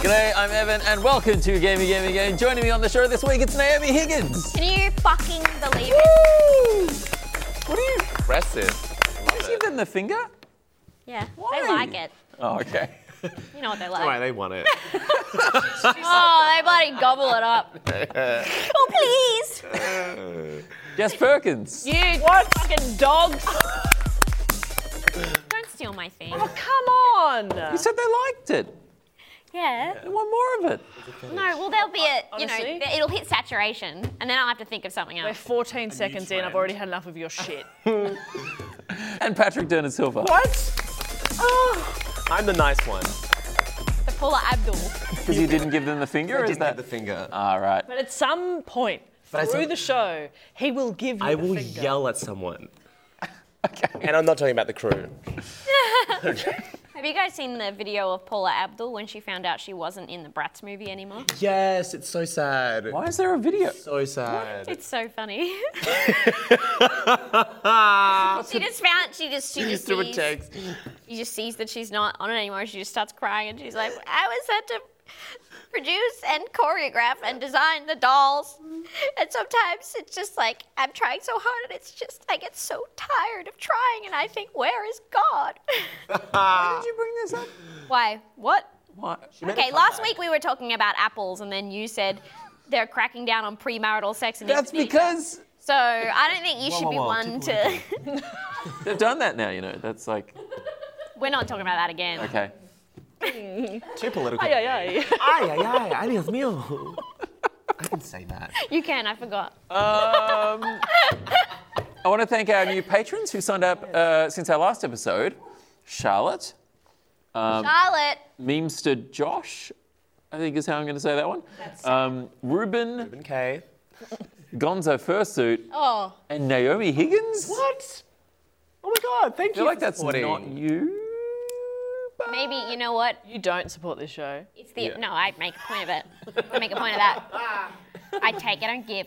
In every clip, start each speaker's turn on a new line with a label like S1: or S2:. S1: G'day, I'm Evan, and welcome to Gaming Gaming Game. Joining me on the show this week, it's Naomi Higgins.
S2: Can you fucking believe it?
S1: What are you?
S3: Impressive.
S1: Did you give them the finger?
S2: Yeah,
S1: Why?
S2: they like it.
S1: Oh, okay.
S2: You know what they like.
S3: Why they won it?
S2: Oh, they bloody gobble it up. oh, please.
S1: Jess Perkins.
S2: You
S4: What? Fucking dogs.
S2: don't steal my thing.
S4: Oh, Come on.
S1: You said they liked it.
S2: Yeah.
S1: They want more of it.
S2: No, well, there'll be a, you know,
S4: Honestly?
S2: th- it'll hit saturation, and then I'll have to think of something
S4: We're
S2: else.
S4: 14 seconds in. I've
S3: trend.
S4: already had enough of your shit.
S1: And Patrick Dernan Silva.
S4: what? Oh.
S3: I'm the nice one.
S2: The Paula Abdul.
S1: Because you didn't give them the finger,
S3: I
S1: or is
S3: didn't have
S1: that?
S3: the Ah. finger.
S1: All right.
S4: But at some point
S3: I
S4: through
S3: said-
S4: the show, he will give you
S3: I
S4: the
S3: will
S4: finger.
S3: yell at someone. And I'm not talking about the crew.
S2: Have you guys seen the video of Paula Abdul when she found out she wasn't in the Bratz movie anymore?
S3: Yes, it's so sad.
S1: Why is there a video?
S3: So sad.
S2: It's so funny. she just found she just she just
S3: threw a
S2: sees,
S3: text.
S2: she just sees that she's not on it anymore. She just starts crying and she's like, I was had to produce and choreograph and design the dolls. And sometimes it's just like I'm trying so hard and it's just I get so tired of trying and I think, where is God?
S1: Did you bring this up?
S2: Why? What?
S1: Why?
S2: Okay, last week we were talking about apples and then you said they're cracking down on premarital sex and
S1: That's because
S2: so I don't think you should be one to
S1: they've done that now. You know, that's like
S2: We're not talking about that again.
S1: okay.
S3: Too political.
S4: Ay, ay, ay.
S3: Ay, ay, ay, adios mío. I can say that.
S2: You can, I forgot.
S1: Um, I want to thank our new patrons who signed up uh, since our last episode. Charlotte, Um,
S2: Charlotte.
S1: memester Josh, I think is how I'm going to say that one. Um, Ruben,
S3: Okay.
S1: Gonzo fursuit,
S4: Oh,
S1: and Naomi Higgins.
S3: What? Oh my god, thank
S1: I feel
S3: you.
S1: like
S3: for
S1: that's
S3: supporting.
S1: not you. but-
S2: Maybe you know what?
S4: you don't support this show.
S2: It's the no. I make a point of it. I make a point of that. I take it and give.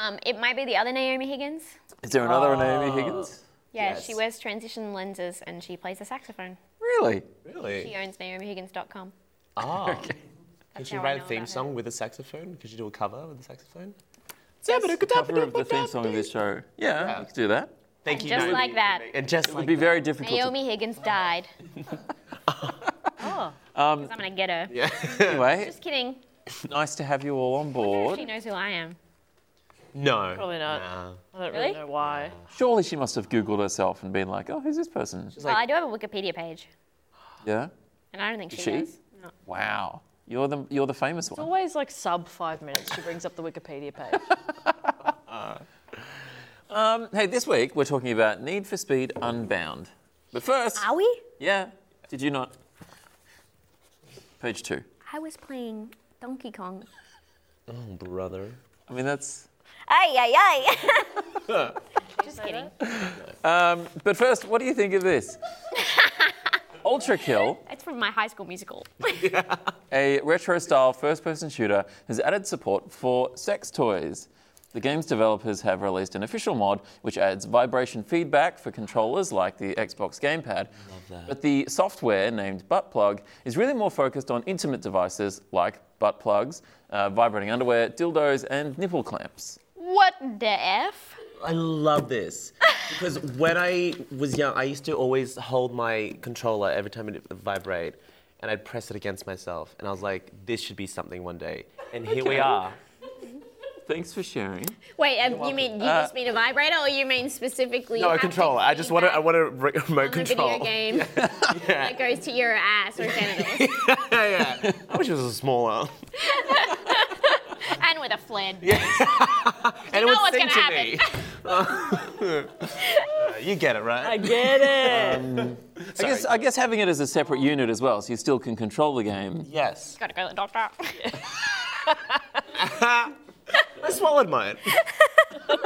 S2: Um, it might be the other Naomi Higgins.
S1: Is there another Naomi Higgins?
S2: Yeah, she wears transition lenses and she plays the saxophone.
S1: Really?
S2: She
S3: Really?
S2: owns NaomiHiggins.com.
S3: Ah. Can
S2: That's
S3: she
S2: how I
S3: write a
S2: know
S3: theme
S2: about her.
S3: song with a saxophone? Could she do a cover with a saxophone?
S1: Cover of the theme song of this show. Yeah, we could do that.
S3: Thank you.
S2: just
S3: Naomi,
S2: like
S3: for
S2: that.
S3: being- And just
S1: It'd
S3: like
S1: be very difficult.
S2: Naomi Higgins died.
S4: Oh.
S1: Um,
S2: 'Cause I'm gonna get her.
S1: To, anyway,
S2: Just kidding.
S1: eh? nice to have you all on
S2: She
S1: board.
S2: knows who I am.
S3: No.
S4: Probably not.
S3: Nah.
S4: I don't
S2: Really?
S4: really know why.
S1: Surely she must have Googled herself and been like, oh, who's this person?
S2: well, I do have a Wikipedia page,
S1: Yeah.
S2: and I don't think she,
S1: She?
S2: does. No.
S1: Wow. You're the, you're the famous one.
S4: Always like sub five minutes. She brings up the Wikipedia page.
S1: Hey, this week we're talking about Need for Speed Unbound. But first,
S2: Are we?
S1: yeah, did you not? Page two.
S2: I was playing Donkey Kong.
S3: Brother.
S1: I mean, that's.
S2: Ay ay ay. Just kidding.
S1: Um, but first, what do you think of this? Ultra Kill,
S2: It's from my High School Musical.
S1: a retro style first person shooter, has added support for sex toys. The the game's developers have released an official mod which adds vibration feedback for controllers like the Xbox gamepad. But the software, named Butt Plug, is really more focused on intimate devices like butt plugs, uh, vibrating underwear, dildos, and nipple clamps.
S2: What the F?
S3: I love this because when I was young, I used to always hold my controller every time it would vibrate, and I'd press it against myself, and I was like, "This should be something one day." And here we
S1: Okay.
S3: are.
S1: Thanks for sharing.
S2: Wait, um, you mean you just mean a vibrator, or you mean specifically?
S3: Uh, No, a
S2: haptic
S3: controller. I just want to. I
S2: feedback
S3: want to remote
S2: on the
S3: control.
S2: video game that goes to your ass or genitals,
S3: yeah, yeah. I wish it was a smaller.
S2: and with a flint.
S3: And
S2: know
S3: it would
S2: what's
S3: sing to
S2: gonna
S3: me. Uh, you get it, right?
S4: Get it.
S1: I guess, I guess having it as a separate unit as well, so you still can control the game.
S3: Yes.
S2: Gotta go to the doctor.
S3: I swallowed mine.
S2: wow,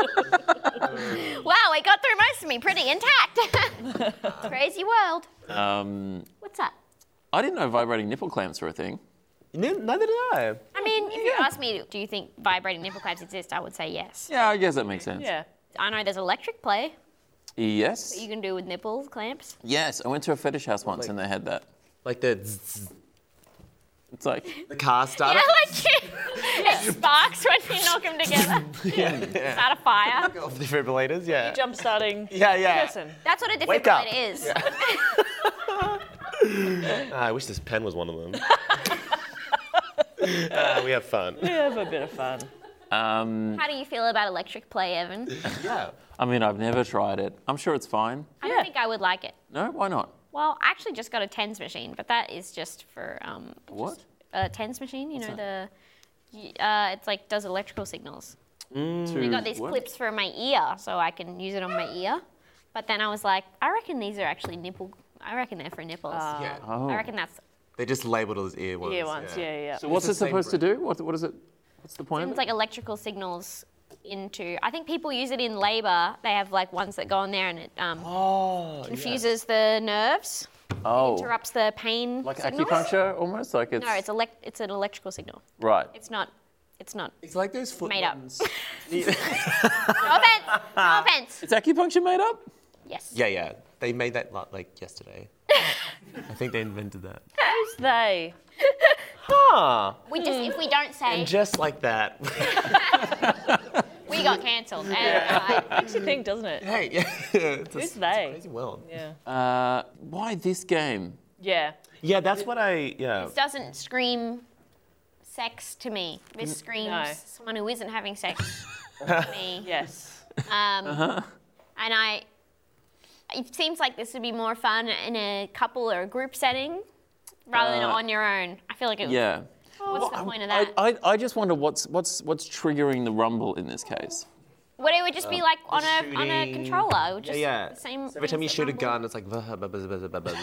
S2: I got through most of me pretty intact. Crazy world.
S1: Um,
S2: What's up?
S1: I didn't know vibrating nipple clamps were a thing.
S3: Ne- Neither did I.
S2: I mean, if you ask me, do you think vibrating nipple clamps exist? I would say yes.
S1: Yeah, I guess that makes sense.
S4: Yeah.
S2: I know there's electric play
S1: Yes.
S2: you can do with nipples clamps.
S1: Yes, I went to a fetish house once and they had that.
S3: Like the zzz,
S1: It's like,
S3: the car starter.
S2: Yeah, like it sparks when you knock them together. Start a fire.
S3: of defibrillators. Yeah.
S4: Jump starting.
S3: Yeah, yeah.
S4: Listen.
S2: That's what a
S3: Wake up.
S2: defibrillator is.
S3: Ah, I wish this pen was one of them. Ah, we have fun.
S4: We have a bit of fun.
S1: um,
S2: How do you feel about electric play, Evan?
S3: Yeah.
S1: I mean, I've never tried it. I'm sure it's fine.
S2: I don't think I would like it.
S1: No, why not?
S2: Well, I actually just got a tens machine, but that is just for um,
S1: What?
S2: a tens machine. You know the, y- uh, it's like does electrical signals.
S1: To
S2: I got these
S1: what?
S2: clips for my ear, so I can use it on my ear. But then I was like, I reckon these are actually nipple. I reckon they're for nipples.
S3: yeah. Oh.
S2: I reckon that's
S3: They just labeled it as ear ones.
S4: Yeah, once. Yeah, yeah.
S1: So what's
S3: the
S1: it
S3: same
S1: supposed to do? What, what is it? What's the point?
S2: It's
S1: Of
S2: like
S1: it?
S2: electrical signals into. I think people use it in labor. They have like ones that go on there and it um,
S3: Oh,
S2: confuses the nerves,
S1: Oh,
S2: interrupts the pain.
S1: like
S2: signals.
S1: acupuncture almost? Like it's,
S2: No, it's elect. It's an electrical signal.
S1: right.
S2: It's not. It's not.
S3: It's like those foot
S2: Made up.
S3: ones.
S2: No offense. No offense.
S1: It's acupuncture made up?
S2: Yes.
S3: yeah, yeah. They made that like, like yesterday. I think they invented that.
S4: Who's they?
S3: Huh.
S2: We just if we don't say,
S3: And just like that.
S2: we got cancelled. And, uh,
S4: Makes you think, doesn't it?
S3: hey, yeah. It's a,
S4: Who's
S3: it's a
S4: they?
S3: crazy world. Yeah.
S4: Yeah.
S1: Uh, why this game?
S4: Yeah.
S3: that's what I. Yeah.
S2: it doesn't scream sex to me. This screams
S4: No.
S2: someone who isn't having sex to me.
S4: Yes.
S2: Um,
S1: Uh-huh.
S2: And I, it seems like this would be more fun in a couple or a group setting rather than
S1: Uh,
S2: on your own. I feel like it.
S1: Yeah.
S2: What's the point of that?
S1: I, I, I just wonder what's, what's, what's triggering the rumble in this case.
S2: Oh, what it would just be like on a on a
S3: uh, shooting.
S2: controller. It would
S3: Yeah,
S2: just
S3: yeah.
S2: The same.
S3: Every time you
S2: things
S3: shoot a
S2: that
S3: gun,
S2: rumble.
S3: it's like. "Vuh, buh, buh, buh, buh, buh, buh."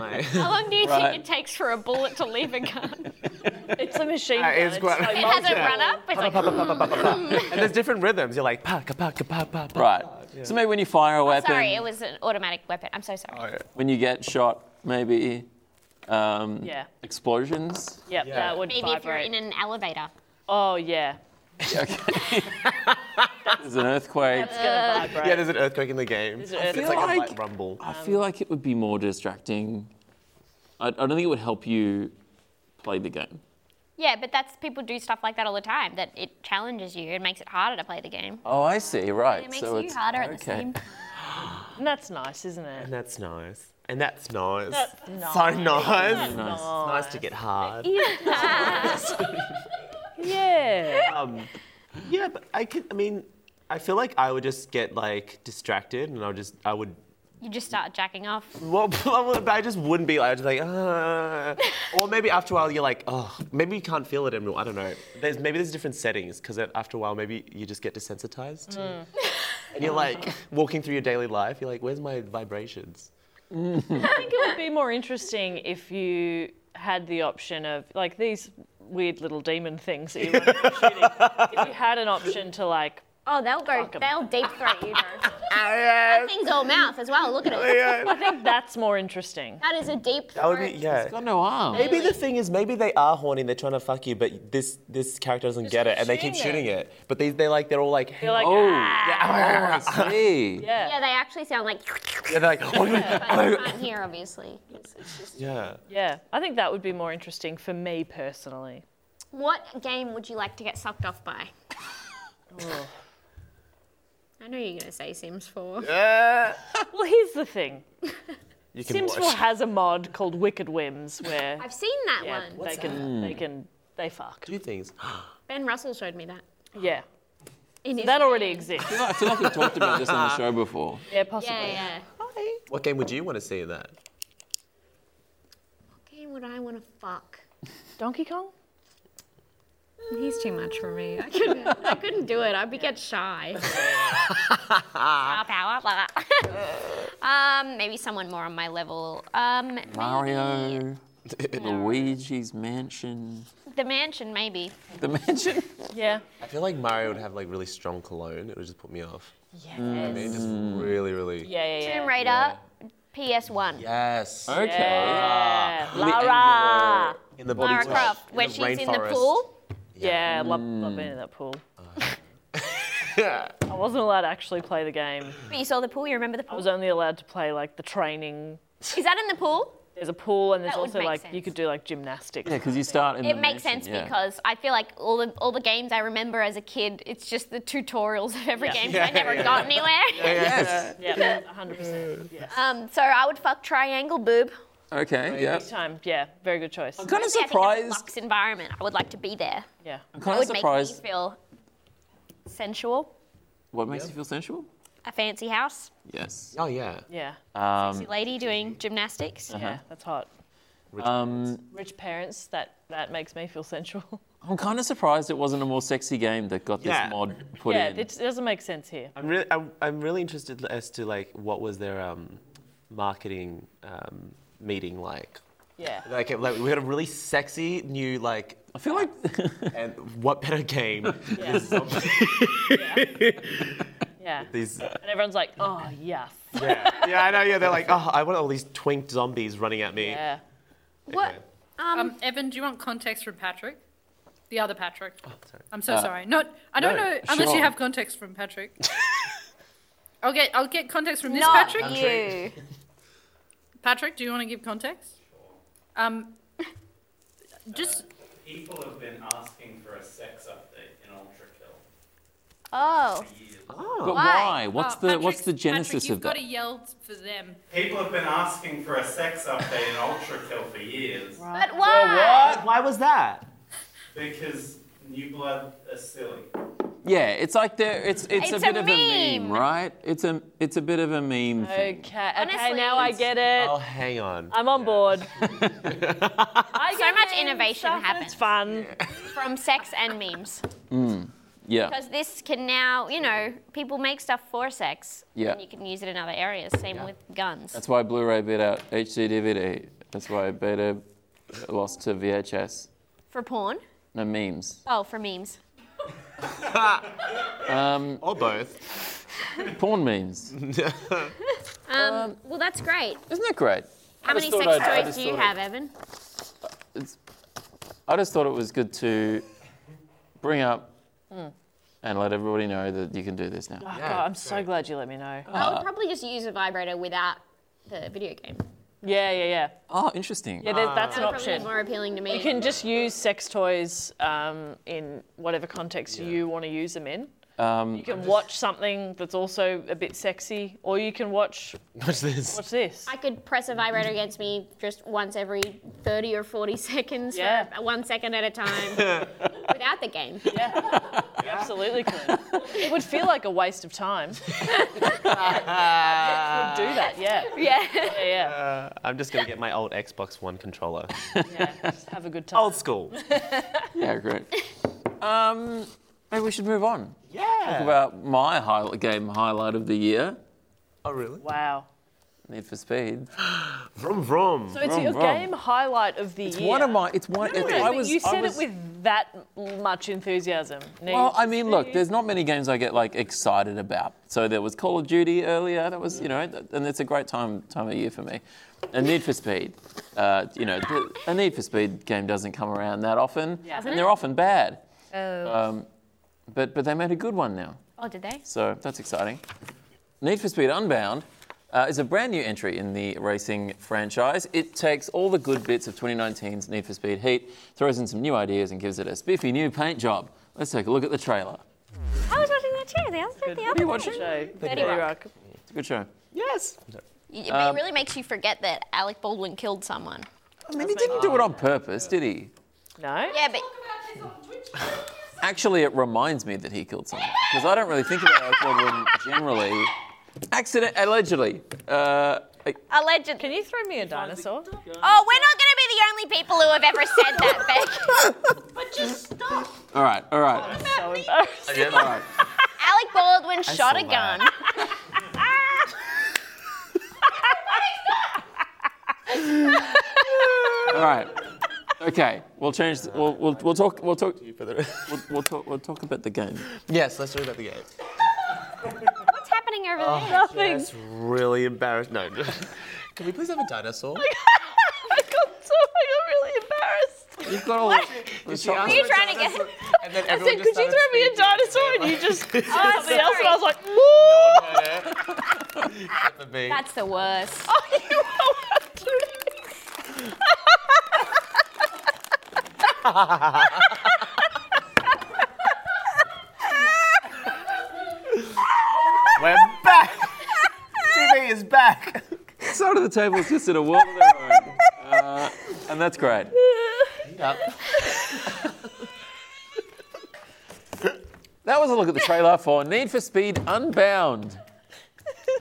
S3: Like-
S2: How long do you
S1: Right.
S2: think it takes for a bullet to leave a gun?
S4: It's a machine
S3: Uh,
S4: gun.
S3: it's quite-
S4: like
S2: It has a
S3: Yeah.
S2: run up. It's like.
S3: and there's different rhythms. You're like. Pa, ka, pa, ka, pa, pa, pa.
S1: Right. So maybe when you fire a weapon,
S2: Sorry, it was an automatic weapon. I'm so
S3: Oh,
S2: sorry.
S1: when you get shot, maybe um,
S4: Yeah.
S1: explosions.
S4: Yep,
S3: Yeah.
S4: that would
S2: Maybe
S4: vibrate.
S2: if you're in an elevator.
S4: Oh yeah.
S1: There's an earthquake.
S4: It's
S2: Uh,
S4: gonna vibrate.
S3: Yeah, there's an earthquake in the game.
S4: an
S3: It's like, a light rumble.
S1: I
S2: Um,
S1: feel like it would be more distracting. I, I don't think it would help you play the game.
S2: Yeah, but that's people do stuff like that all the time. That it challenges you. It makes it harder to play the game.
S1: Oh, I see. Right.
S2: It makes you harder at the same.
S4: And that's nice, isn't it?
S3: And that's nice. And that's nice.
S4: That's
S3: So
S4: nice.
S3: nice.
S1: Nice.
S3: Nice to get hard.
S4: Yeah.
S3: Yeah, but I could. I mean, I feel like I would just get like distracted, and I would just, I would.
S2: You just start jacking off.
S3: Well, I would- I just wouldn't be. like- I'd just like, uh, or maybe after a while you're like, oh, maybe you can't feel it anymore. I don't know. There's maybe there's different settings because after a while maybe you just get desensitized,
S4: Mm.
S3: and you're like walking through your daily life. You're like, where's my vibrations?
S4: I think it would be more interesting if you had the option of like these weird little demon things that you were shooting. If you had an option to like
S2: Oh, they'll go.
S4: Fuck 'em.
S2: They'll deep throat you. though.
S3: yes.
S2: Thing's old mouth as well. Look at it.
S4: I
S3: yes.
S4: think that's more interesting.
S2: That is a deep.
S3: That would be yeah.
S1: Got no arm.
S3: Maybe the thing is, maybe they are horny. They're trying to fuck you, but this this character doesn't get it, and they keep
S4: shooting
S3: shooting it. But these they like they're all like, hey,
S4: You're like,
S1: Oh,
S4: "Ah."
S1: I see.
S4: yeah.
S2: Yeah, they actually sound like.
S3: yeah, they're like, oh,
S2: I can't hear, obviously. It's- it's just-
S3: yeah.
S4: Yeah, I think that would be more interesting for me personally.
S2: What game would you like to get sucked off by? I know you're gonna say Sims 4.
S4: Well, here's the thing.
S3: You can
S4: Sims 4
S3: watch.
S4: has a mod called Wicked Whims where
S2: I've seen that
S4: yeah,
S2: one.
S4: they can they can they fuck.
S3: Do things.
S2: Ben Russell showed me that.
S4: Yeah.
S2: In his
S4: That already
S2: game.
S4: exists.
S1: I feel like we've talked about this on the show before.
S4: Yeah, possibly.
S2: Yeah, yeah.
S3: What game would you want to see in that?
S2: What game would I want to fuck?
S4: Donkey Kong?
S2: He's too much for me. I couldn't, I couldn't do it. I'd be get shy. Power, power, blah. um, maybe someone more on my level. Um, maybe
S1: Mario, Luigi's Mansion.
S2: The mansion, maybe.
S1: The mansion?
S4: Yeah.
S3: I feel like Mario would have like really strong cologne. It would just put me off. I mean, just really, really.
S4: Yeah, yeah, yeah.
S2: Tomb Raider, PS1.
S3: Yes.
S1: Okay.
S2: Ah.
S4: Yeah.
S3: Lara.
S4: Lara.
S3: In the body
S2: Lara
S3: type,
S2: Croft, when she's in the
S3: rainforest.
S2: pool.
S4: Yeah, love,
S2: Mm.
S4: love being in that pool. I wasn't allowed to actually play the game.
S2: But you saw the pool, you remember the
S4: I
S2: pool.
S4: was only allowed to play like the training.
S2: Is that in the pool?
S4: There's a pool and there's
S2: That would
S4: also
S2: make
S4: like you
S2: sense.
S4: could do like gymnastics.
S1: Yeah, because you start in
S2: It
S1: the
S2: makes
S1: mansion,
S2: sense
S1: yeah.
S2: because I feel like all the all the games I remember as a kid, it's just the tutorials of every
S4: Yeah.
S2: game, so I never got anywhere.
S3: Yes.
S4: Yeah, 100%. Yeah.
S2: Um, so I would fuck triangle boob.
S1: Okay, yeah.
S4: Big time. Yeah, very good choice.
S1: I'm kind of
S2: Honestly, I think that's a
S1: surprised.
S2: luxe environment. I would like to be there.
S4: Yeah.
S1: I'm
S2: It
S1: kind of
S2: would
S1: surprised.
S2: make me feel sensual.
S1: What makes you feel sensual?
S2: A fancy house,
S1: Yes.
S3: Oh yeah.
S4: Yeah.
S2: sexy lady doing gymnastics.
S4: Yeah, that's hot.
S1: Um,
S4: Rich parents, that, that makes me feel sensual.
S1: I'm kind of surprised it wasn't a more sexy game that got
S3: Yeah.
S1: this mod put
S4: yeah,
S1: in.
S4: it doesn't make sense here.
S3: I'm really, I'm, I'm really interested as to like what was their um, marketing um, meeting like.
S4: Yeah.
S3: Like, like we had a really sexy new like,
S1: I feel like
S3: and what better game?
S4: Yeah. yeah.
S3: These,
S4: And everyone's like, oh, yes.
S3: yeah, yeah, I know. Yeah, they're like, oh, I want all these twinked zombies running at me.
S4: Yeah.
S2: What?
S5: Um, Evan, do you want context from Patrick? The other Patrick.
S1: Oh,
S3: sorry.
S5: I'm so sorry. Not. I don't
S3: no,
S5: know unless
S1: Uh,
S5: you
S1: sure.
S5: have context from Patrick. I'll get. I'll get context from this
S2: Not
S5: Patrick.
S2: you.
S5: Patrick, do you want to give context? Um, just
S6: People have been asking for a sex update in Ultra Kill
S2: Oh,
S6: for years.
S1: but why?
S2: Why?
S1: What's
S5: oh,
S1: the
S5: Patrick-
S1: what's the
S5: Patrick,
S1: genesis
S5: you've
S1: of that?
S5: got to yell for them.
S6: People have been asking for a sex update in Ultra Kill for years
S2: but why?
S3: Why was that?
S6: because New Blood are silly.
S1: Yeah, it's like there it's it's,
S2: It's
S1: a bit
S2: a
S1: of a meme,
S2: meme.
S1: right? It's a it's a bit of a meme
S4: Okay.
S1: thing.
S4: okay,
S2: Honestly,
S4: now I
S2: it's-
S4: get it.
S3: Oh, hang on.
S4: I'm on board. I
S2: So
S4: get
S2: much
S4: it.
S2: innovation
S4: Stuff,
S2: happens.
S4: It's fun.
S2: From sex and memes.
S1: Yeah.
S2: Because this can now, you know, people make stuff for sex.
S1: Yeah.
S2: And you can use it in other areas. Same with guns.
S1: That's why Blu-ray beat out HD DVD. That's why Beta lost to VHS.
S2: for porn?
S1: No memes.
S2: Oh, for memes.
S3: Or both.
S1: Porn memes. Isn't
S2: Um, well, that's great.
S1: that great?
S2: How many
S1: thought
S2: sex
S1: I'd- I
S2: toys
S1: just
S2: do you
S1: thought
S2: have, Evan?
S1: It's, I just thought it was good to bring up and let everybody know that you can do this now.
S4: Oh, God, I'm so glad you let me know.
S1: Ah.
S2: I would probably just use a vibrator without the video game.
S4: Yeah, yeah, yeah.
S1: Oh, interesting.
S4: Yeah, there's- that's an
S2: That would probably be
S4: option.
S2: more appealing to me.
S4: You can just use sex toys um, in whatever context you want to use them in. you can watch something that's also a bit sexy, or you can watch
S3: What's this?
S4: what's this?
S2: I could press a vibrator against me just once every 30 or 40 seconds, for
S4: Yeah.
S2: one second at a time, without the game.
S4: Absolutely could. it would feel like a waste of time. But it would do that, yeah.
S2: Yeah.
S4: Yeah, yeah.
S3: I'm just gonna get my old Xbox One controller.
S4: yeah. Just have a good time.
S3: old school.
S1: Yeah, great. um, maybe we should move on.
S3: Yeah.
S1: About my highlight, game highlight of the year.
S3: Oh really?
S4: Wow.
S1: Need for Speed.
S3: Vroom vroom.
S4: So it's
S1: Wrong,
S4: your
S1: wrong.
S4: game highlight of
S1: Oh,
S4: the
S1: It's
S4: year.
S1: one of my. It's one.
S4: No,
S1: it-
S4: no,
S1: I
S4: but
S1: was.
S4: you
S1: I
S4: said
S1: was-
S4: it with that much enthusiasm. Now
S1: Well,
S4: you
S1: Oh, I
S4: just
S1: mean,
S4: do.
S1: look, there's not many games I get like excited about. So there was Call of Duty earlier. That was, you know, th- and it's a great time time of year for me. And Need for Speed, uh, you know, th- a Need for Speed game doesn't come around that often, and they're often bad.
S2: Oh.
S1: Um, but but they made a good one now.
S2: oh, did they?
S1: So that's exciting. Need for Speed Unbound uh, is a brand new entry in the racing franchise. It takes all the good bits of 2019's Need for Speed Heat, throws in some new ideas, and gives it a spiffy new paint job. Let's take a look at the trailer.
S2: I was watching that too. The other, the other
S1: watching?
S2: day.
S4: Jay,
S2: Thirty
S4: Thirty
S2: Rock.
S4: Rock.
S1: It's a good show.
S2: It
S1: Um,
S2: really makes you forget that Alec Baldwin killed someone.
S1: I mean, he didn't do it on purpose, did he?
S4: No.
S2: Yeah, but
S1: Actually, it reminds me that he killed someone because I don't really think about Alec Baldwin generally. Accident, allegedly. Uh,
S2: allegedly.
S4: Can you throw me a
S2: Oh,
S4: dinosaur?
S2: we're not going to be the only people who have ever said that, Beck.
S1: all right, all right.
S4: So embarrassed.
S1: Yeah, all right.
S2: Alec Baldwin shot a
S1: saw
S2: gun.
S1: that. All right. Okay, we'll change. The, we'll, we'll, we'll talk. We'll talk.
S3: For the-
S1: We'll, we'll talk. We'll talk about the game.
S3: yes, let's talk about the game.
S2: What's happening over
S1: Oh,
S2: there?
S4: Nothing.
S3: That's really embarrassing. No. Can we please have a dinosaur?
S4: I got so I got really embarrassed.
S1: You've got all. The
S2: Were
S1: shot-
S2: you trying to get?
S3: And then
S4: I
S3: everyone
S4: said,
S3: just
S4: could you
S3: started
S4: throw me a
S3: speaking.
S4: dinosaur? And you just did something else, and I was like, whoa.
S3: For me.
S2: That's the worst.
S4: You are kidding me.
S3: We're back. TV is back.
S1: Side of the table is just in a world of their own, uh, and that's great. That was a look at the trailer for Need for Speed Unbound.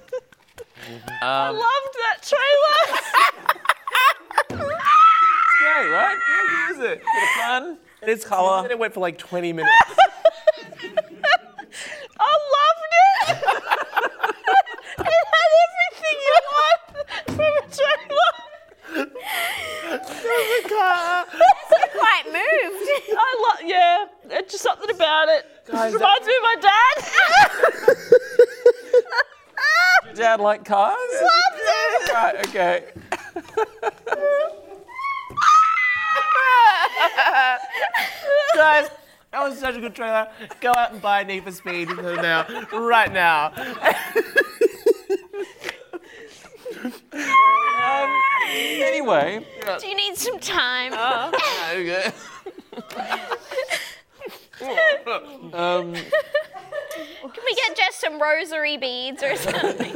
S4: I loved that trailer.
S1: Great, right?
S3: What is it?
S1: Fun.
S3: It's
S1: colour.
S3: It went for like 20 minutes.
S4: I loved it. it had everything you want from a trailer.
S2: Quite moved.
S4: I love, yeah. It's just something about it. Just reminds me of my dad.
S1: Your Dad like cars? Loves it. Right. Okay.
S3: Guys, that was such a good trailer. Go out and buy Need for Speed now, right now.
S1: Anyway,
S2: Do you need some time?
S1: um,
S2: Can we get just some rosary beads or something?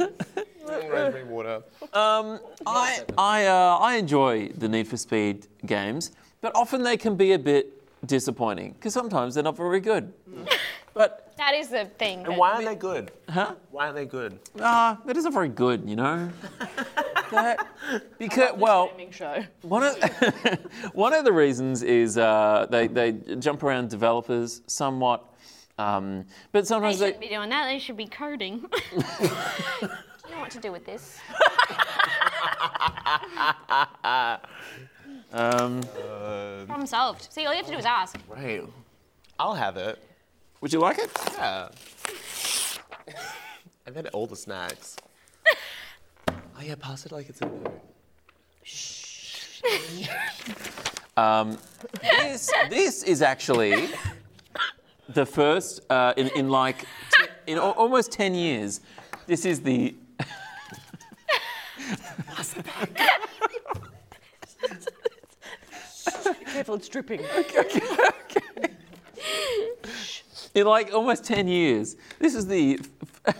S3: Raspberry water.
S1: Um, I, I, uh, I enjoy the Need for Speed games, but often they can be a bit disappointing because sometimes they're not very good. But
S2: That is the thing. that-
S3: Why aren't they good? Huh? Why aren't they good?
S1: ah, that isn't very good, you know. That- because well,
S4: Gaming show.
S1: one of one of the reasons is uh, they they jump around developers somewhat, um, but
S2: They
S1: sometimes
S2: shouldn't
S1: they.
S2: be doing that. They should be coding. do you know what to do with this?
S1: Um,
S2: Problem solved. See, all you have to do is ask.
S3: Right. I'll have it.
S1: would you like it?
S3: Yeah. I've had all the snacks. Oh yeah, pass it like it's a no.
S1: Um, this, this is actually the first uh, in, in like te- in al- almost 10 years this is the
S4: Careful, it's dripping.
S1: in like almost 10 years this is the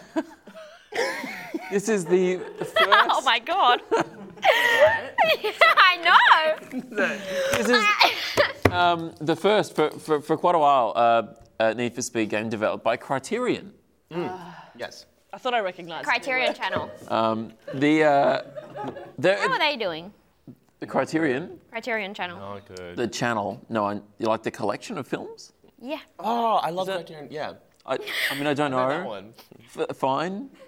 S1: this is the first
S4: Oh my god.
S2: I know.
S1: this is um, the first for, for, for quite a while uh, uh, need for speed game developed by criterion
S3: Yes.
S4: I thought I recognised.
S2: Criterion Channel.
S1: um, the uh,
S2: How are
S1: the,
S2: they doing?
S1: the criterion
S2: Criterion Channel.
S3: Oh good.
S1: the channel no I, you like the collection of films
S2: Yeah.
S1: Oh,
S3: Oh, I love that. Yeah. Oh?
S1: I, I mean I don't
S3: I know
S1: know
S3: that one.
S1: F- fine
S2: I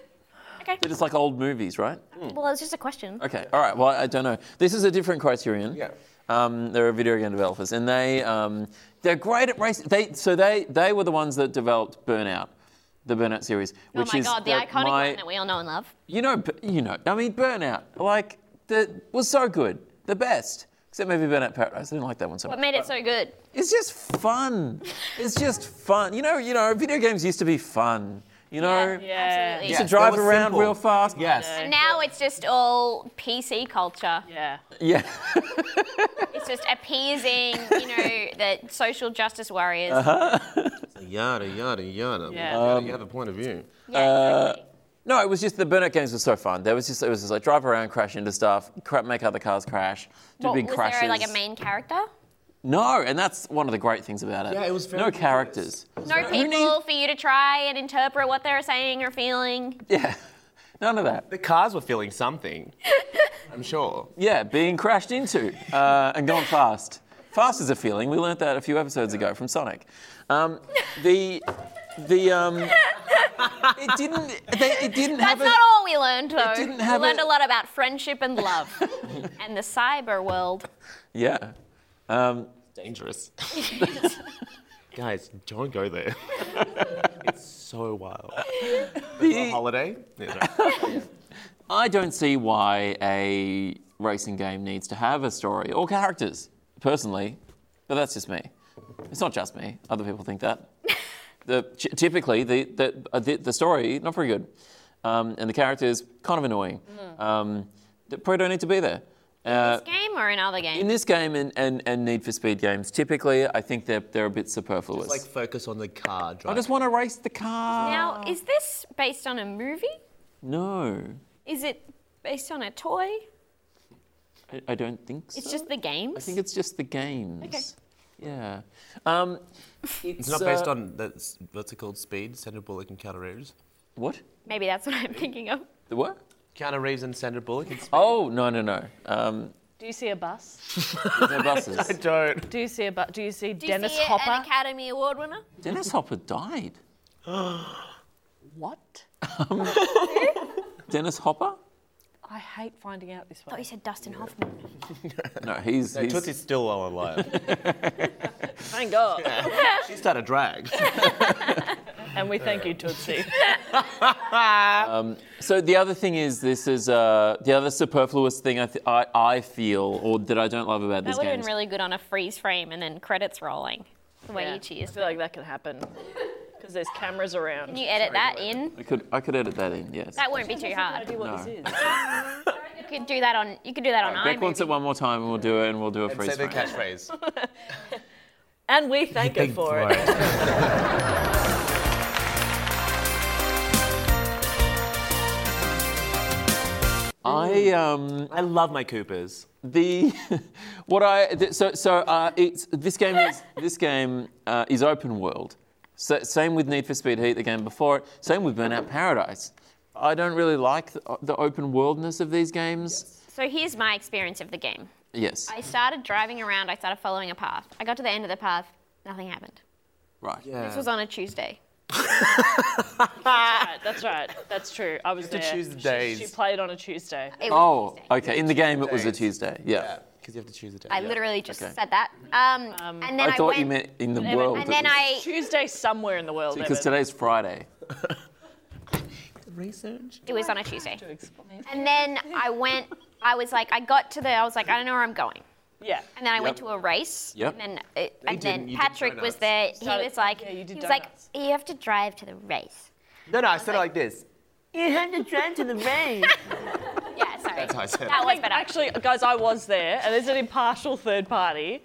S2: Okay.
S1: They're just like old movies, right?
S2: Well, it's just a question.
S1: Okay, all right. Well, I don't know. This is a different criterion.
S3: Yeah.
S1: Um, they're video game developers, and they um, they're great at racing. They so they they were the ones that developed Burnout, the Burnout series,
S2: Oh
S1: which
S2: my
S1: is
S2: god, the
S1: that
S2: iconic
S1: my-
S2: one that we all know and love.
S1: You know, you know. I mean, Burnout, like that was so good, the best. Except maybe Burnout Paradise. I didn't like that one so much.
S2: What made it so good?
S1: It's just fun. it's just fun. You know, you know, video games used to be fun. You know,
S4: Yeah.
S2: Absolutely.
S1: used to
S3: Yes,
S1: drive
S3: they were
S1: around
S3: simple.
S1: real fast.
S3: Yes.
S2: And now it's just all PC culture.
S4: Yeah.
S1: Yeah.
S2: It's just appeasing, you know, the social justice warriors.
S1: Uh-huh.
S3: Yada yada yada.
S4: Yeah.
S3: Yada, you have a point of view.
S2: Yeah,
S1: Uh,
S2: exactly.
S1: No, it was just the burnout games were so fun. There was just it was just like drive around, crash into stuff, crap, make other cars crash, do
S2: What,
S1: big
S2: was
S1: crashes.
S2: there like a main character?
S1: no, and that's one of the great things about it.
S3: Yeah, it was very
S1: no
S3: ridiculous.
S1: characters.
S2: No people for you to try and interpret what they're saying or feeling.
S1: Yeah, none of that.
S3: The cars were feeling something. I'm sure.
S1: Yeah, being crashed into uh, and gone fast. Fast is a feeling. We learnt that a few episodes ago from Sonic. Um, the the um, it didn't they, it didn't have
S2: That's
S1: a,
S2: not all we learned, though.
S1: didn't have
S2: we learned
S1: a-
S2: a lot about friendship and love and the cyber world.
S1: yeah. Um,
S3: Dangerous. Guys, don't go there. it's so wild.
S1: the-
S3: Holiday.
S1: I don't see why a racing game needs to have a story or characters, personally, but that's just me. It's not just me. Other people think that. the, ty- typically, the, the, uh, the, the story, not very good. Um, and the characters, kind of annoying.
S2: Mm.
S1: Um, they probably don't need to be there. Uh,
S2: This game or another game?
S1: in this game and, and, and Need for Speed games, typically, I think they're, they're a bit superfluous.
S3: like focus on the car
S1: I
S3: driving.
S1: just want to race the car.
S2: now, is this based on a movie?
S1: No,
S2: Is it based on a toy?
S1: I, I don't think so.
S2: It's just the games?
S1: I think it's just the games. Yeah. Um,
S3: It's not based on that's what's it called? Speed. Sandra Bullock and Keanu Reeves.
S1: What?
S2: Maybe that's what I'm thinking of.
S1: The what?
S3: Keanu Reeves and Sandra Bullock. It's
S1: Oh no no no. Um,
S4: Do you see a bus?
S1: there's no buses.
S3: don't.
S4: Do you see a bus? Do you see
S2: Do you
S4: Dennis
S2: see it
S4: Hopper?
S2: an Academy Award winner?
S1: Dennis Hopper died.
S4: what?
S1: Dennis Hopper?
S4: I hate finding out this
S2: Oh,
S4: way.
S2: you said Dustin Hoffman.
S1: No, he's he's,
S3: Tootsie's still well alive.
S4: Thank God.
S3: She's done a drag.
S4: And we thank you, Tootsie.
S1: So the other thing is this is uh, the other superfluous thing I, th- I I feel or that I don't love about
S2: That
S1: this
S2: would have
S1: game.
S2: been really good on a freeze frame and then credits rolling. The way you
S4: I
S2: cheers.
S4: feel like that can happen because there's cameras around.
S2: Can you edit that in?
S1: I could I could edit that in. Yes.
S2: That won't be too hard.
S4: idea what
S1: No.
S4: this is.
S2: You could do that on. You could do that on
S1: Beck wants it
S2: iMovie.
S1: one more time, and we'll do it, and we'll do a
S3: Say
S1: freeze
S3: the
S1: frame.
S3: catchphrase.
S4: And we thank it for it.
S1: I um.
S3: I love my Coopers.
S1: The what I th- so so uh, it's this game is this game uh, is open world. So, same with Need for Speed Heat, the game before it. Same with Burnout Paradise. I don't really like the, the open worldness of these games.
S2: So here's my experience of the game.
S1: Yes,
S2: I started driving around. I started following a path. I got to the end of the path. Nothing happened.
S1: right.
S2: This was on a Tuesday.
S4: Right, that's right. That's true. I was
S3: to
S4: there.
S3: choose the
S4: She-
S3: days.
S4: She, played on a Tuesday.
S2: It was a
S1: Oh,
S2: Tuesday.
S1: okay. In the game, it was a Tuesday. Yeah.
S3: Because you have to choose a day.
S2: I literally just
S1: okay.
S2: said that. Um, and then
S1: I
S2: I,
S1: thought
S2: went,
S1: you meant oh, in the world.
S2: and then I
S4: Tuesday somewhere in the world.
S1: because
S4: Evan.
S1: today's Friday.
S3: Research.
S2: It was on a Tuesday. And then I went, I was like, I got to the, I was like, I don't know where I'm going.
S4: Yeah.
S2: And then I went
S1: Yep.
S2: to a race.
S1: Yep.
S2: And then, it,
S3: didn't-
S2: and then
S3: you did
S2: Patrick
S3: donuts.
S2: was there. He
S4: Started-
S2: was like,
S4: yeah, you did
S2: he was like,
S4: donuts.
S2: you have to drive to the race.
S3: No, no, I said it like this.
S2: Yeah, sorry.
S3: That's how I said
S2: that
S3: it.
S2: was better.
S4: Actually, guys, I was there, and there's an impartial third party.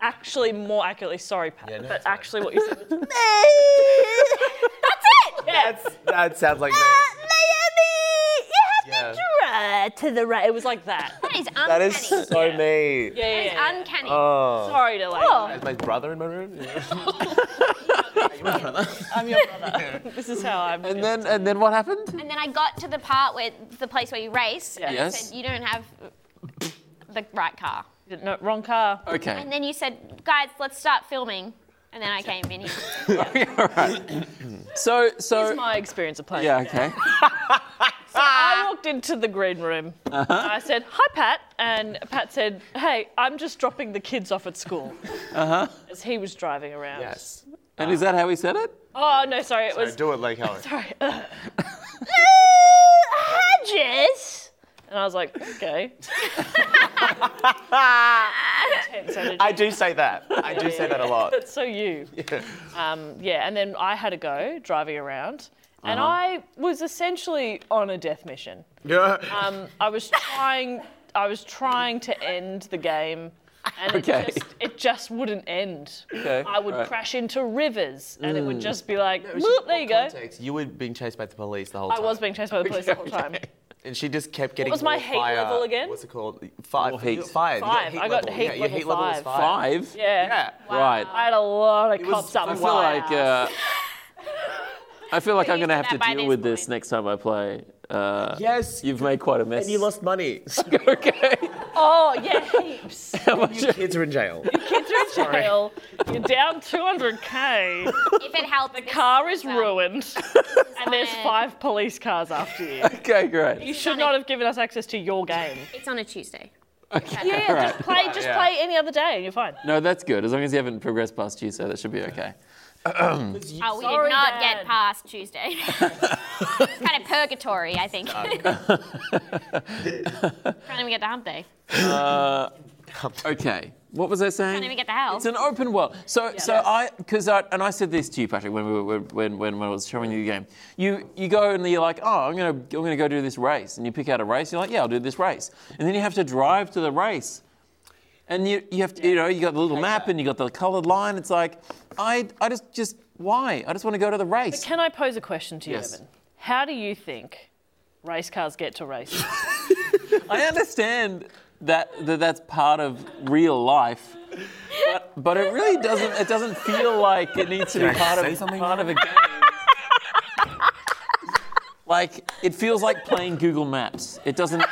S4: Actually, more accurately, sorry, Pat,
S3: no,
S4: but
S3: it's fine.
S4: actually, what you said was
S2: That's it.
S3: That's, that sounds like me.
S4: Uh,
S2: Miami, you
S3: Yeah.
S2: have to drive to the race.
S4: it was like that.
S2: That is
S3: That
S2: uncanny.
S3: is so me.
S4: Yeah, yeah,
S2: That is
S4: yeah.
S2: uncanny.
S3: Oh.
S4: Sorry to like.
S2: oh,
S3: Is my brother in my room?
S4: I'm your brother. This is how I'm.
S1: And then and then what happened?
S2: and then I got to the part where the place where you race. and it
S1: Yes.
S2: Said, you don't have the right car.
S4: No, wrong car.
S1: Okay.
S2: And then you said, guys, let's start filming. And then I came in here.
S1: So, so.
S4: Here's my experience of playing. Ah.
S1: yeah, okay.
S4: I walked into the green room.
S3: Uh-huh.
S4: I said, "Hi, Pat," and Pat said, "Hey, I'm just dropping the kids off at school." Uh-huh. As he was driving around.
S3: Yes.
S1: And is that how he said it?
S4: Oh no, sorry, it was
S3: Do it like Helen.
S4: sorry. Uh, Hodges. And I was like, okay. Intense energy.
S3: I do say that. I do say that a lot.
S4: That's so you. Yeah. Um, yeah, and then I had a go driving around, and
S1: Uh-huh.
S4: I was essentially on a death mission.
S3: Yeah.
S4: Um, I was trying, I was trying to end the game, and
S1: Okay.
S4: it, just, it just wouldn't end.
S1: Okay,
S4: I would
S1: right. Mm.
S4: crash into rivers, and it would just be like, "Whoop, there you go.
S3: You were being chased by the police the whole
S4: I
S3: time.
S4: was being chased by the police the whole time.
S3: And she just kept getting.
S4: was my
S3: more
S4: hate
S3: fire.
S4: level again?
S3: What's it called? Five.
S1: More heat.
S3: You got Five. You got
S4: Five.
S3: heat
S4: I got
S3: level.
S4: heat
S3: yeah, your
S4: level
S3: heat level was
S4: five.
S3: five.
S1: Five?
S4: Yeah.
S3: Yeah.
S1: Right.
S4: I had a lot of
S3: was-
S4: cops up
S3: I
S1: I
S4: my
S1: feel like uh, I feel like I'm
S2: We're
S1: gonna
S2: used
S1: have to
S2: to that by
S1: deal
S2: this
S1: with this
S2: point.
S1: next time I play. Uh,
S3: Yes.
S1: You've made quite a mess.
S3: and you lost money.
S1: okay.
S4: Oh yeah, heaps.
S1: How much?
S3: Kids are in jail.
S4: Kids are in jail. You're down 200k.
S2: if it helped, the
S4: Car is ruined, and there's five police cars after you.
S1: Okay, great.
S4: You should not have given us access to your game.
S2: It's on a Tuesday.
S4: Yeah, yeah, just play, just
S3: Yeah.
S4: play any other day, and you're fine.
S1: No, that's good. As long as you haven't progressed past you, so that should be okay.
S2: Oh, we
S4: Sorry,
S2: did not
S4: Dad.
S2: get past Tuesday. kind of purgatory, I think. Trying to get to hump day.
S1: Okay. What was I saying?
S2: Can't even get the house.
S1: It's an open world. So, so I, because I, and I said this to you, Patrick, when we were, when, when, when I was showing you the game. You, you go and you're like, oh, I'm gonna, I'm gonna go do this race, and you pick out a race. You're like, yeah, I'll do this race, and then you have to drive to the race, and you, you have to, you know, you got the little map and you got the coloured line. It's like, I, I just, just why? I just want to go to the race.
S4: Can I pose a question to you,
S1: Yes.
S4: Evan? How do you think race cars get to race?
S1: I understand that, that that's part of real life. But, but it really doesn't. It doesn't feel like it needs to be part
S3: say
S1: of
S3: something
S1: part of a game. like it feels like playing Google Maps. It doesn't.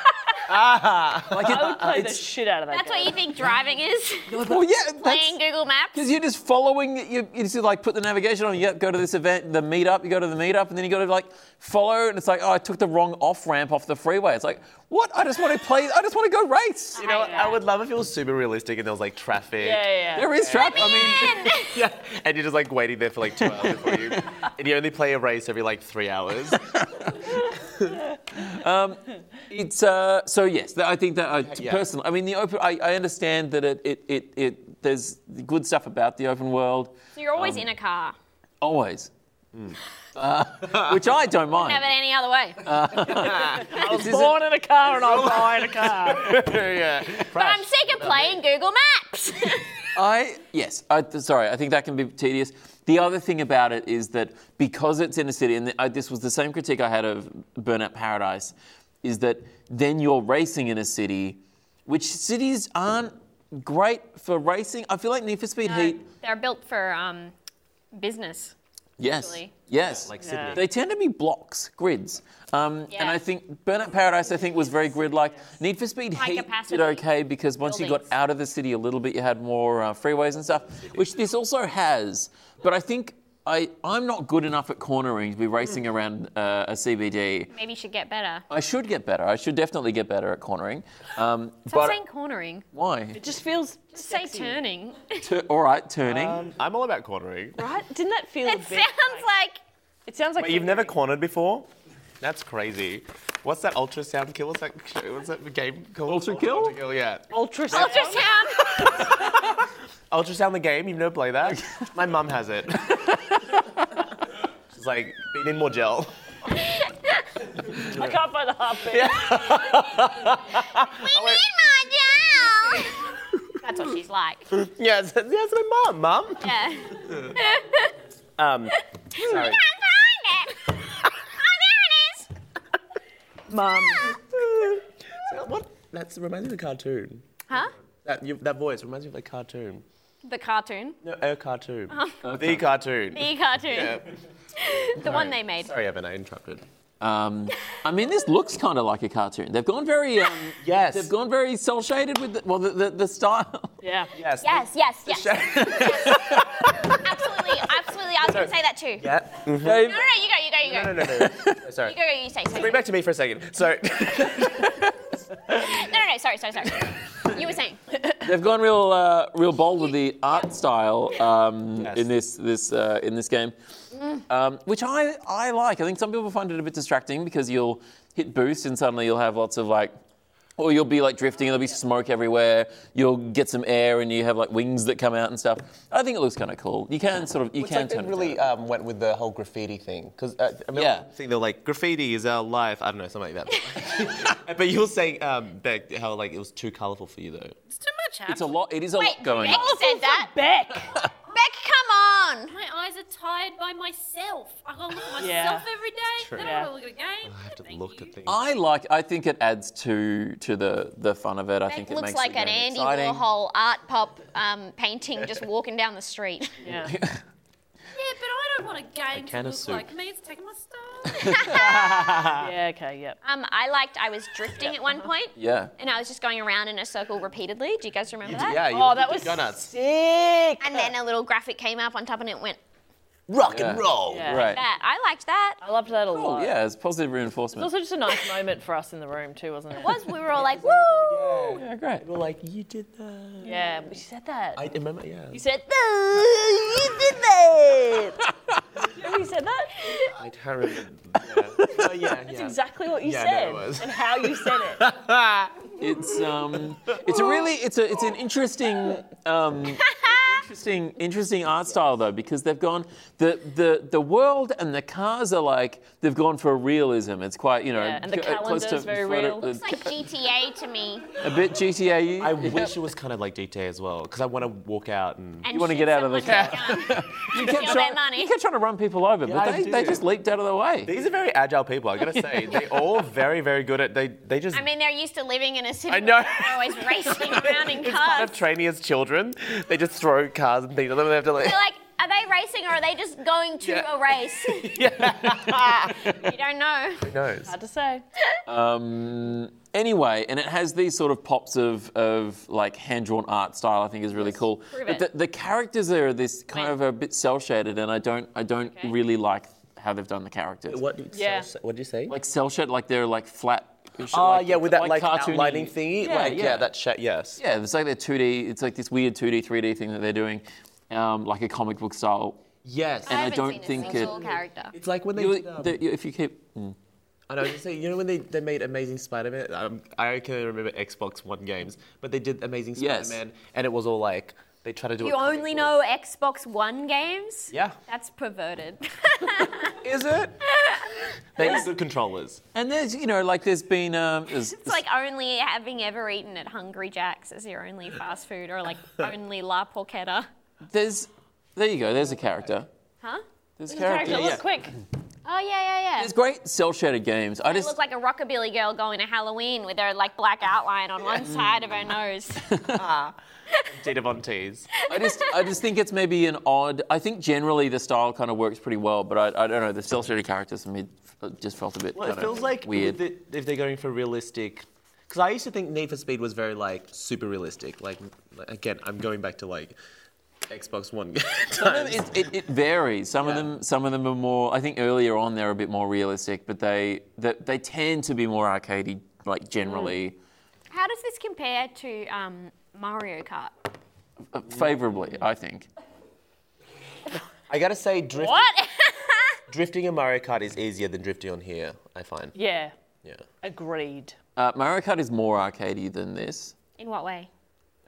S1: like it,
S4: I would play the
S1: it's-
S4: shit out of that.
S2: That's
S4: game.
S2: what you think driving is?
S1: well, yeah, that's
S2: Playing Google Maps?
S1: because you're just following. You, you just like put the navigation on. You go to this event, the meetup. You go to the meetup, and then you got to like follow. And it's like, oh, I took the wrong off ramp off the freeway. It's like, what? I just want to play. I just want to go race.
S3: You know, what? I would love if it was super realistic and there was like traffic.
S4: Yeah, yeah, yeah.
S1: There is traffic. I mean,
S3: Yeah. And you're just like waiting there for like two hours before you. And you only play a race every like three hours.
S1: It's uh, so yes. that- I think that I,
S3: Yeah.
S1: personally, I mean, the open. I, I understand that it, it it it there's good stuff about the open world
S2: So you're
S1: Um,
S2: always in a car.
S1: always, uh, which I don't mind.
S2: Hmm. Have it any other way.
S1: Uh, I was
S4: Born in a car and I'll die in a car.
S3: yeah.
S2: but I'm sick of playing Google Maps.
S1: I yes. I, th- sorry, I think that can be tedious. The other thing about it is that because it's in a city, and th- I, this was the same critique I had of Burnout Paradise, is that then you're racing in a city, which cities aren't great for racing. I feel like Need for Speed Heat.
S2: They're built for um, business.
S1: Yes.
S2: actually.
S1: Yes.
S3: Like Sydney.
S1: They tend to be blocks, grids. Um, And
S2: Yeah.
S1: I think Burnout Paradise, I think, was very grid-like. Need for Speed
S2: High
S1: Heat
S2: capacity
S1: did okay because once you got
S2: buildings.
S1: out of the city a little bit, you had more uh, freeways and stuff, which this also has. But I think I, I'm not good enough at cornering to be racing
S2: Mm.
S1: around uh, a CBD.
S2: Maybe you should get better.
S1: I should get better. I should definitely get better at cornering. Um,
S2: Stop
S1: but
S2: saying cornering.
S1: why?
S4: It just feels.
S2: Just say turning.
S1: Tur- all right, turning.
S3: I'm all about cornering.
S4: Right? Didn't that feel a
S2: It
S4: bit?
S2: sounds like
S4: it sounds like.
S3: Wait, you've never cornered before? That's crazy. What's that ultrasound kill? What's that, what's that game called?
S1: Ultra kill?
S3: Ultra kill, yeah.
S4: ultrasound.
S2: ultrasound.
S3: Ultrasound the game, you've never played that? My mum has it. She's like, we need more gel.
S4: I can't find the heartbeat.
S2: we need more gel. That's what she's like.
S3: Yes, that's my mum, mum.
S2: Yeah.
S3: Um, sorry.
S2: Can't find it. Oh, there it is.
S4: Mum.
S3: what? That reminds me of a cartoon.
S2: Huh?
S3: That, you, that voice reminds me of a cartoon.
S2: The cartoon.
S3: No, a cartoon. The cartoon.
S2: The cartoon.
S3: Yeah.
S2: The one they made.
S3: Sorry, Evan, I interrupted.
S1: Um, I mean, this looks kind of like a cartoon. They've gone very, um,
S3: Yes.
S1: they've gone very cel shaded with the, well, the, the, the style.
S4: Yeah.
S3: Yes.
S2: Yes, yes, yes. Absolutely, absolutely. I was going to say that too.
S3: Yeah. Mhm.
S1: They've-
S2: No, no, no, you go, you go, you go.
S3: No, no, no, no. Sorry.
S2: You go, you say, say.
S3: Bring it back to me for a second. So,
S2: No, no, no, sorry, sorry, sorry. You were saying.
S1: They've gone real, uh, real bold with the art style um,
S3: Yes.
S1: in this, this, uh, in this game, um, which I, I like. I think some people find it a bit distracting because you'll hit boost and suddenly you'll have lots of like, or you'll be like drifting and there'll be smoke everywhere. You'll get some air and you have like wings that come out and stuff. I think it looks kind of cool. You can sort of, you
S3: it's
S1: can
S3: like they
S1: turn it
S3: really
S1: down.
S3: um, went with the whole graffiti thing because uh, I mean,
S1: Yeah.
S3: I think they're like graffiti is our life. I don't know something like that. but you were saying um, that how like it was too colourful for you though.
S5: It's too much happening.
S1: It's a lot. It is a
S2: Wait,
S1: lot going
S2: Beck
S1: on.
S2: said that.
S4: Beck.
S2: Beck, come on.
S7: My eyes are tired by myself. I gotta look at myself
S4: Yeah.
S7: every day. Then I
S4: Yeah.
S7: gotta look at a game.
S3: I have to
S7: Thank
S3: look
S7: you.
S3: at things.
S1: I like. I think it adds to to the the fun of it. I think
S2: Beck
S1: it
S2: looks
S1: makes
S2: like
S1: the
S2: an
S1: game
S2: Andy
S1: exciting.
S2: Warhol art pop um, painting just walking down the street.
S4: Yeah.
S7: Yeah, but I don't want a game
S3: can
S7: to look
S3: of soup.
S7: like me. It's taking my stuff.
S4: Yeah. Okay. Yep.
S2: Um, I liked, I was drifting at
S3: Uh-huh.
S2: one point.
S1: Yeah.
S2: And I was just going around in a circle repeatedly. Do you guys remember that?
S3: yeah, you
S4: Oh, that was
S3: donuts.
S4: sick.
S2: And then a little graphic came up on top and it went
S3: Rock
S1: Yeah.
S3: and roll.
S4: Yeah.
S1: Right.
S2: that. I liked that.
S4: I loved that a
S1: Oh
S4: lot.
S1: yeah, it's positive
S4: It
S1: reinforcement.
S4: was also just a nice moment for us in the room too, wasn't it?
S2: Was we were all like, woo!
S1: yeah, great.
S3: We're like, you did that.
S4: Yeah. But you said that.
S3: I remember, yeah.
S4: you said that. You did that. Remember Oh, you said that?
S3: I don't remember. Yeah. Oh, yeah, yeah.
S4: Exactly what you
S3: Yeah, I know
S4: said
S3: it was.
S4: and how you said it.
S1: It's um, it's a really, it's a, it's an interesting um, interesting, interesting art style though because they've gone the the the world and the cars are like they've gone for realism. It's quite you know
S4: Yeah, and the
S1: c- uh, close to
S4: calendar's very
S1: photo-
S4: real.
S2: It's like GTA to me.
S1: A bit GTA.
S3: I wish it was kind of like DT as well, because I want to walk out and.
S2: And
S1: You wanna
S2: shoot
S1: get out of the
S2: someone with a gun.
S1: you kept
S2: steal
S1: try-
S2: their money.
S1: You kept trying to run people over,
S3: Yeah,
S1: but
S3: I
S1: they, they
S3: do.
S1: just leaped out of the way.
S3: These are very agile people, I gotta say. They're all very, very good at. They, they just.
S2: I mean, they're used to living in a city.
S3: I know.
S2: where They're always racing around in
S3: It's kind of
S2: cars.
S3: training as children. They just throw cars and things at them and they have to like.
S2: They're like, are they racing or are they just going to
S3: Yeah.
S2: a race? you don't know.
S3: Who knows?
S4: Hard to say.
S1: Um, anyway, and it has these sort of pops of, of like hand drawn art style. I think is really cool.
S2: Prove
S1: But
S2: it.
S1: the, the characters are this kind of a bit cell shaded, and I don't I don't really like how they've done the characters.
S3: What,
S4: Yeah.
S3: what did you say?
S1: Like cell shaded, like they're like flat.
S3: oh, yeah, with that like,
S1: cartoony-
S3: outlining thingy.
S1: Yeah,
S3: like, yeah.
S1: yeah.
S3: that shit, yes.
S1: Yeah, it's like they're 2D. It's like this weird 2D 3D thing that they're doing, um, like a comic book style.
S3: Yes.
S1: And I,
S2: haven't
S1: don't
S2: seen a
S1: think it.
S2: single character.
S3: it's like when they.
S1: You,
S3: did, um,
S1: the, if you keep. mm.
S3: I know. I was gonna say, you know when they, they made Amazing Spider-Man? Um, I can only remember Xbox One games, but they did Amazing
S1: Yes.
S3: Spider-Man, and it was all like they try to do.
S2: You
S3: a comic
S2: only
S3: book.
S2: know Xbox One games?
S3: Yeah.
S2: That's perverted.
S3: Is it? They are good controllers.
S1: And there's, you know, like there's been. Um, there's-
S2: It's like only having ever eaten at Hungry Jack's is your only fast food, or like only La Porchetta.
S1: there's. There you go, there's a character.
S2: Huh?
S1: There's a
S4: Character,
S1: character.
S4: look quick.
S2: Oh, yeah, yeah, yeah.
S1: There's great cell shaded games. I
S2: It
S1: just
S2: looked like a rockabilly girl going to Halloween with her like black outline on one side of her
S1: Mm.
S2: nose.
S3: Data Von Tees.
S1: I just I just think it's maybe an odd. I think generally the style kind of works pretty well, but I, I don't know. The cell shaded characters for me f- just felt a bit.
S3: Well, it
S1: kinda
S3: feels like
S1: weird.
S3: with the- if they're going for realistic. Because I used to think Need for Speed was very like super realistic. Like again, I'm going back to like Xbox One.
S1: Some of them, it, it, it varies. Some of
S3: Yeah.
S1: them, some of them are more. I think earlier on they're a bit more realistic, but they they, they tend to be more arcadey, like
S2: Mm.
S1: generally
S2: How does this compare to um, Mario Kart?
S1: uh, favorably. I think.
S3: I gotta say, drift,
S2: What?
S3: drifting in Mario Kart is easier than drifting on here. I find.
S4: Yeah.
S3: Yeah.
S4: Agreed.
S1: Uh, Mario Kart is more arcadey than this.
S2: In what way?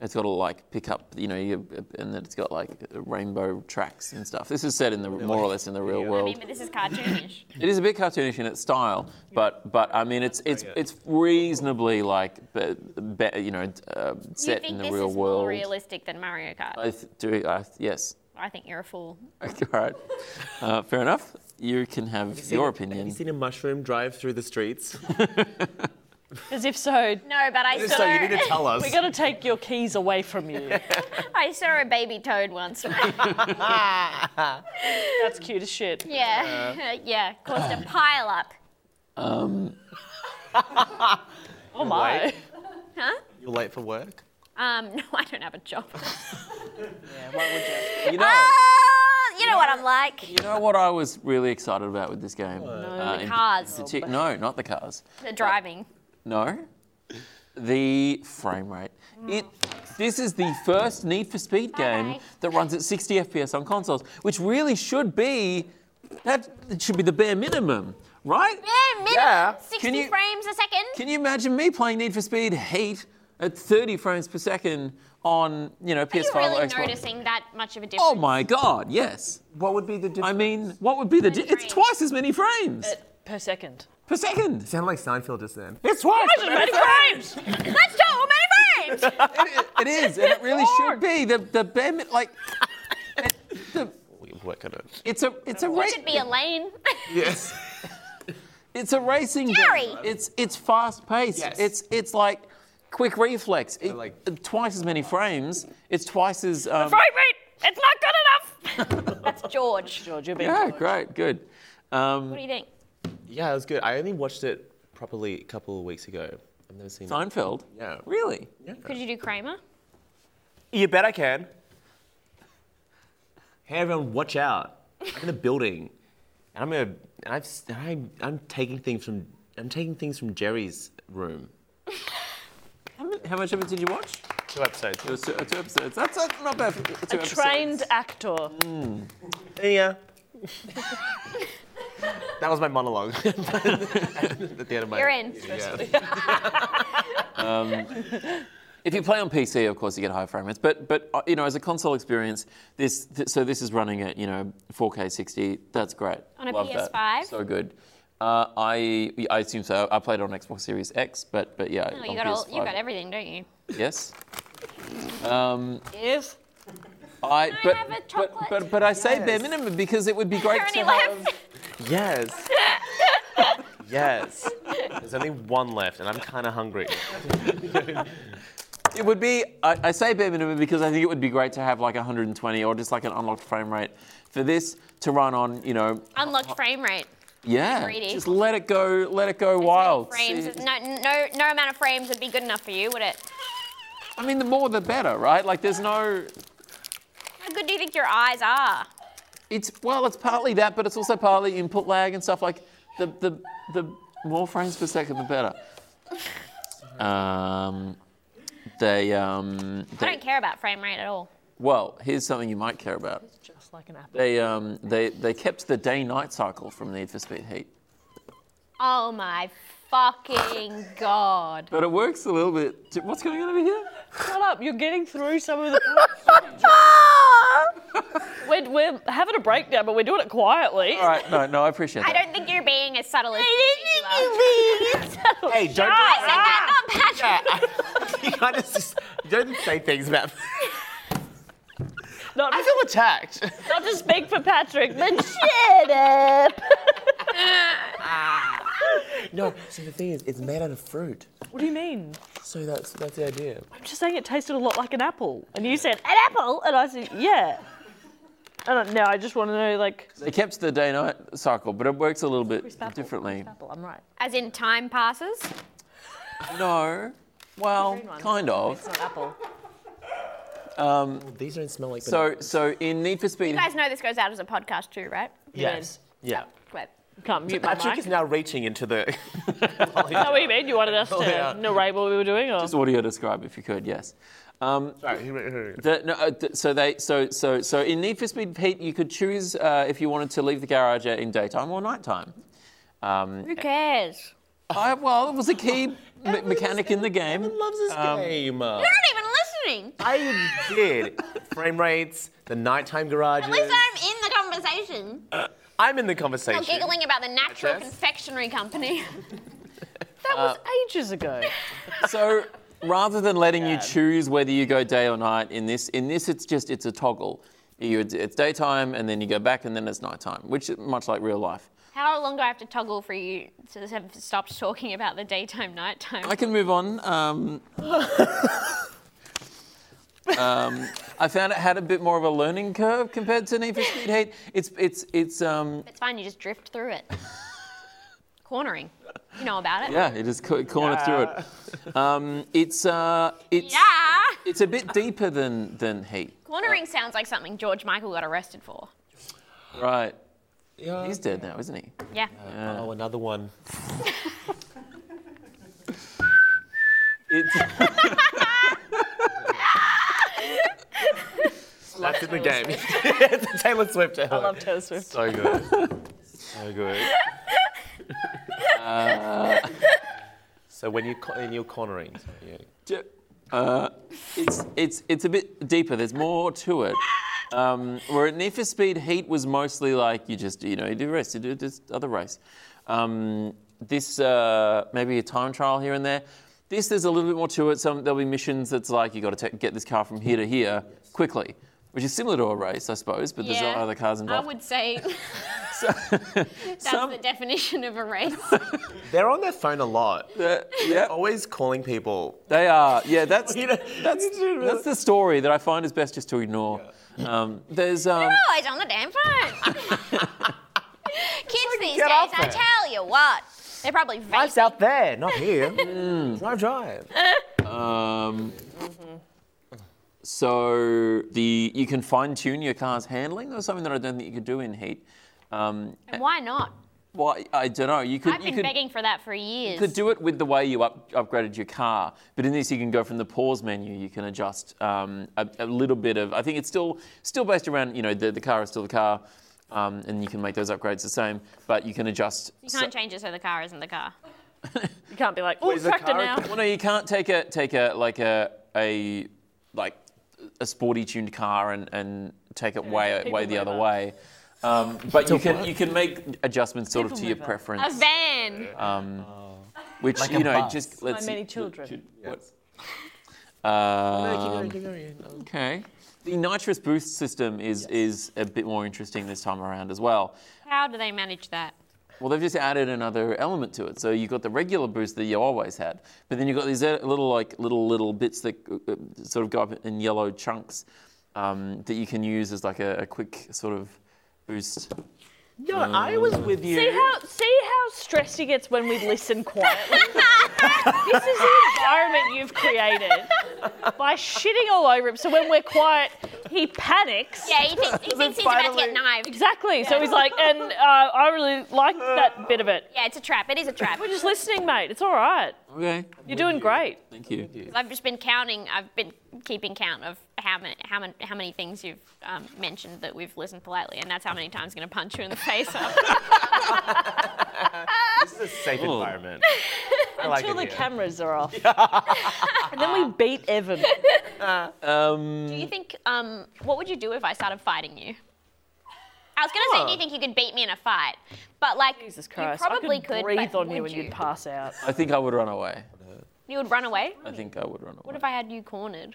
S1: It's got to like pick up, you know, you, and then it's got like rainbow tracks and stuff. This is set in the more or less in the real
S2: I
S1: world.
S2: mean, but this is cartoonish.
S1: It is a bit cartoonish in its style, but but I mean it's it's it's reasonably like be, be, you know uh,
S2: Do you
S1: set in
S2: think
S1: the
S2: this
S1: real
S2: is
S1: world.
S2: more realistic than Mario Kart?
S1: I th- do I, yes.
S2: I think you're a fool.
S1: All right. Uh, fair enough. You can have your opinion.
S3: Have you seen a mushroom drive through the streets?
S4: Because if so,
S2: No, but I saw.
S3: so you need to tell us.
S4: we're gonna take your keys away from you.
S2: I saw a baby toad once.
S4: That's cute as shit.
S2: Yeah, yeah, caused a pile up
S4: Oh my.
S2: Huh?
S3: You're late for work.
S2: Um, no, I don't have a job.
S1: You know,
S2: Ah, you know what I'm like.
S1: you know what I was really excited about with this game? Uh, in-
S2: Cars,
S1: partic- no, not the cars.
S2: the driving.
S1: No. The frame rate. It, this is the first Need for Speed game
S2: Bye.
S1: that runs at 60 FPS on consoles, which really should be that it should be the bare minimum, right?
S2: Yeah, minimum
S3: Yeah. Can
S2: 60
S1: you-
S2: frames a second.
S1: Can you imagine me playing Need for Speed Heat at 30 frames per second on you know
S2: Are you
S1: PS5
S2: really
S1: or Xbox?
S2: noticing that much of a difference?
S1: Oh my God! Yes.
S3: What would be the difference?
S1: I mean, what would be the? Di-
S2: Many
S1: it's
S2: frames.
S1: twice as many frames
S4: Per second.
S1: per second.
S3: sound like Seinfeld just then.
S1: It's twice.
S4: Imagine many frames!
S2: That's so many frames!
S1: it, it is, and it really should be the the bare min- like. it- the-
S3: We work on it.
S1: it's a it's a race.
S2: should be a lane.
S3: Yes.
S1: It's a racing
S2: Gary!
S1: game. It's it's fast paced.
S3: Yes.
S1: It's it's like quick reflex. It-
S3: like-
S1: twice as many frames. It's twice as. Um,
S2: Right, wait, it's not good enough! That's George.
S4: George, you're being
S1: yeah,
S4: good.
S1: great, good.
S2: What
S1: Um,
S2: do you think?
S3: Yeah, it was good. I only watched it properly a couple of weeks ago. I've never seen it.
S1: Seinfeld.
S3: Yeah.
S1: Really?
S2: Could you do Kramer?
S3: You bet I can. Hey everyone, watch out! I'm in the building, and I'm gonna. And I've, s- and I'm, I'm taking things from. I'm taking things from Jerry's room.
S1: How, mu- how much of it did you watch?
S3: Two episodes.
S1: It was two, uh, two episodes. That's, that's not bad. For two
S4: A
S1: episodes.
S4: trained actor.
S3: Yeah. that was my monologue at the end of my.
S2: You're in.
S1: If you play on PC, of course, you get high frame rates. But but uh, you know, as a console experience, this th- so this is running at you know 4K 60. That's great.
S2: On a
S1: Love that.
S2: PS5?
S1: So good. Uh, I I assume so. I played it on Xbox Series X, but but yeah.
S2: Oh,
S1: on
S2: you got all,
S1: PS5.
S2: you got everything, don't you?
S1: Yes.
S4: If.
S1: I but,
S2: have a
S1: but
S2: chocolate?
S1: but but I say bare minimum because it would be great
S2: Journey
S1: to have.
S2: left.
S3: Yes. yes. There's only one left, and I'm kind of hungry.
S1: It would be, I, I say bare minimum because I think it would be great to have like 120 or just like an unlocked frame rate for this to run on, you know,
S2: Unlocked frame rate.
S1: yeah.
S2: Greedy.
S1: Just let it go, let it go wild.
S2: Frames.
S1: See-
S2: is- No, no, no amount of frames would be good enough for you, would it?
S1: I mean, the more the better, right? Like there's no,
S2: How good do you think your eyes are?
S1: it's, well, it's partly that, but it's also partly input lag and stuff like the, the, the more frames per second, the better. Um, they, um,
S2: I
S1: they,
S2: don't care about frame rate at all.
S1: well, here's something you might care about.
S4: Just like an apple.
S1: They, um, they, they kept the day-night cycle from Need for Speed Heat.
S2: Oh my fucking god.
S1: But it works a little bit. T- What's going on over here?
S4: Shut up, you're getting through some of the. we're, we're having a breakdown, but we're doing it quietly.
S1: All right, no, no, I appreciate
S2: I
S1: that.
S2: don't think you're being as subtle as
S3: hey, don't.
S2: I said that, not Patrick.
S3: you can't just. You don't say things about.
S4: Not,
S3: I feel attacked.
S4: not to speak for Patrick, but shut up.
S3: No, so the thing is, it's made out of fruit.
S4: What do you mean?
S3: So that's that's the idea.
S4: I'm just saying it tasted a lot like an apple. And you said, an apple? And I said, yeah. I don't know, I just want to know, like,
S1: They kept the day night cycle, but it works a little bit
S4: crisp apple,
S1: differently.
S4: crisp apple, I'm right.
S2: As in time passes.
S1: No, well,
S4: Green one.
S1: kind
S4: It's
S1: of.
S4: not apple.
S3: These don't smell like.
S1: So, so in Need for Speed,
S2: You guys know this goes out as a podcast too, right?
S3: yes, yeah.
S2: But
S4: Can't mute my
S3: Patrick
S4: mic.
S3: is now reaching into the.
S4: Oh, what do you mean? You wanted us to
S3: yeah.
S4: narrate what we were doing? Or?
S1: just audio describe if you could, yes. Um,
S3: Sorry.
S1: the, no, uh, th- so they, so so so in Need for Speed Heat, you could choose uh, if you wanted to leave the garage at- in daytime or nighttime. Um,
S2: who cares?
S1: I, well, it was a key me- mechanic in the game.
S3: Everyone loves this game.
S2: You're not even listening.
S3: Um, I did. Frame rates, the nighttime garage.
S2: At least I'm in the conversation.
S3: I'm in the conversation.
S2: You're giggling about the natural
S3: Yes.
S2: confectionery company.
S4: That was
S2: Uh,
S4: ages ago.
S1: So rather than letting you choose whether you go day or night in this, in this it's just it's a toggle. You, it's daytime and then you go back and then it's nighttime, which is much like real life.
S2: How long do I have to toggle for you to have stopped talking about the daytime, nighttime?
S1: I can move on. Um, um, I found it had a bit more of a learning curve compared to Need for Speed Heat. It's it's it's um,
S2: It's fine, you just drift through it. cornering. You know about it.
S1: Yeah, it is co- cornered through it. Um, it's uh, it's
S2: Yeah.
S1: it's a bit deeper than than heat,
S2: Cornering sounds like something George Michael got arrested for.
S1: right?
S3: Yeah.
S1: He's dead now, isn't he?
S2: Yeah.
S3: Oh, another one.
S1: It's,
S3: That's in the game. it's Taylor Swift.
S4: I love Taylor Swift.
S3: So good. so good. Uh, so when you co- and you're cornering, so yeah.
S1: uh, it's it's it's a bit deeper. There's more to it. Um, where at Need for Speed, heat was mostly like you just you know you do a race, you do this other race. Um, this uh, maybe a time trial here and there. This there's a little bit more to it. Some there'll be missions that's like you got to get this car from here to here quickly, which is similar to a race, I suppose. But there's
S2: Yeah.
S1: other cars
S2: I
S1: involved.
S2: would say
S1: So-
S2: that's
S1: some-
S2: the definition of a race.
S3: They're on their phone a lot.
S1: uh, yeah,
S3: Always calling people.
S1: They are. Yeah, that's
S3: You know,
S1: that's
S3: you do
S1: that's the story that I find is best just to ignore. Um, there's um,
S2: Always on the damn phone. Kids these days,
S3: off
S2: I
S3: it.
S2: tell you what, they're probably vaping.
S3: It's out there, not here.
S1: Mm.
S3: Drive, drive.
S1: um so the you can fine tune your car's handling. That was something that I don't think you could do in heat. Um,
S2: Why not?
S1: well, I- I don't know. You could
S2: I've
S1: you
S2: been
S1: could
S2: begging for that for years.
S1: could do it with the way you up, upgraded your car, but in this you can go from the pause menu. You can adjust um, a, a little bit of. I think it's still still based around you know the, the car is still the car, um, and you can make those upgrades the same. But you can adjust.
S2: you can't change it so the car isn't the car.
S4: You can't be like, oh,
S3: Where's the
S4: tractor
S3: car-
S4: now.
S1: Well, no, you can't take a take a like a a like a sporty tuned car and, and take it way
S4: people
S1: way the
S4: move
S1: other
S4: up.
S1: way. Um, but you can you can make adjustments sort of
S4: People
S1: to your
S4: move up.
S2: A
S1: preference,
S2: van.
S1: which you know just let's
S4: My many children.
S1: Um, okay. The nitrous boost system is is a bit more interesting this time around as well.
S2: How do they manage that?
S1: Well, they've just added another element to it. So you've got the regular boost that you always had, but then you've got these uh, little, like, little, little bits that uh, uh, sort of go up in yellow chunks um, that you can use as like a, a quick sort of boost.
S3: No, I was with you.
S4: See how see how stressed he gets when we listen quietly. this is the environment you've created by shitting all over him. So when we're quiet, he panics.
S2: Yeah, he thinks, he thinks he's about to get knived.
S4: Exactly. So he's like, and uh, I really like that bit of it.
S2: Yeah, it's a trap. It is a trap.
S4: We're just listening, mate. It's all right.
S1: Okay,
S4: You're doing great.
S1: thank you.
S2: I've just been counting. I've been keeping count of how many how many how many things you've um, mentioned that we've listened politely, and that's how many times I'm gonna punch you in the face.
S3: This is a safe environment. I like
S4: Until
S3: it
S4: the
S3: here.
S4: cameras are off. and then we beat Evan.
S2: do you think um, what would you do if I started fighting you? I was gonna say, do you think you could beat me in a fight? But like,
S4: Jesus Christ.
S2: you probably
S4: I could, breathe
S2: but
S4: on you
S2: would
S4: and you'd pass out.
S1: I think I would run away.
S2: You would run away.
S1: I think I would run away.
S2: What if I had you cornered?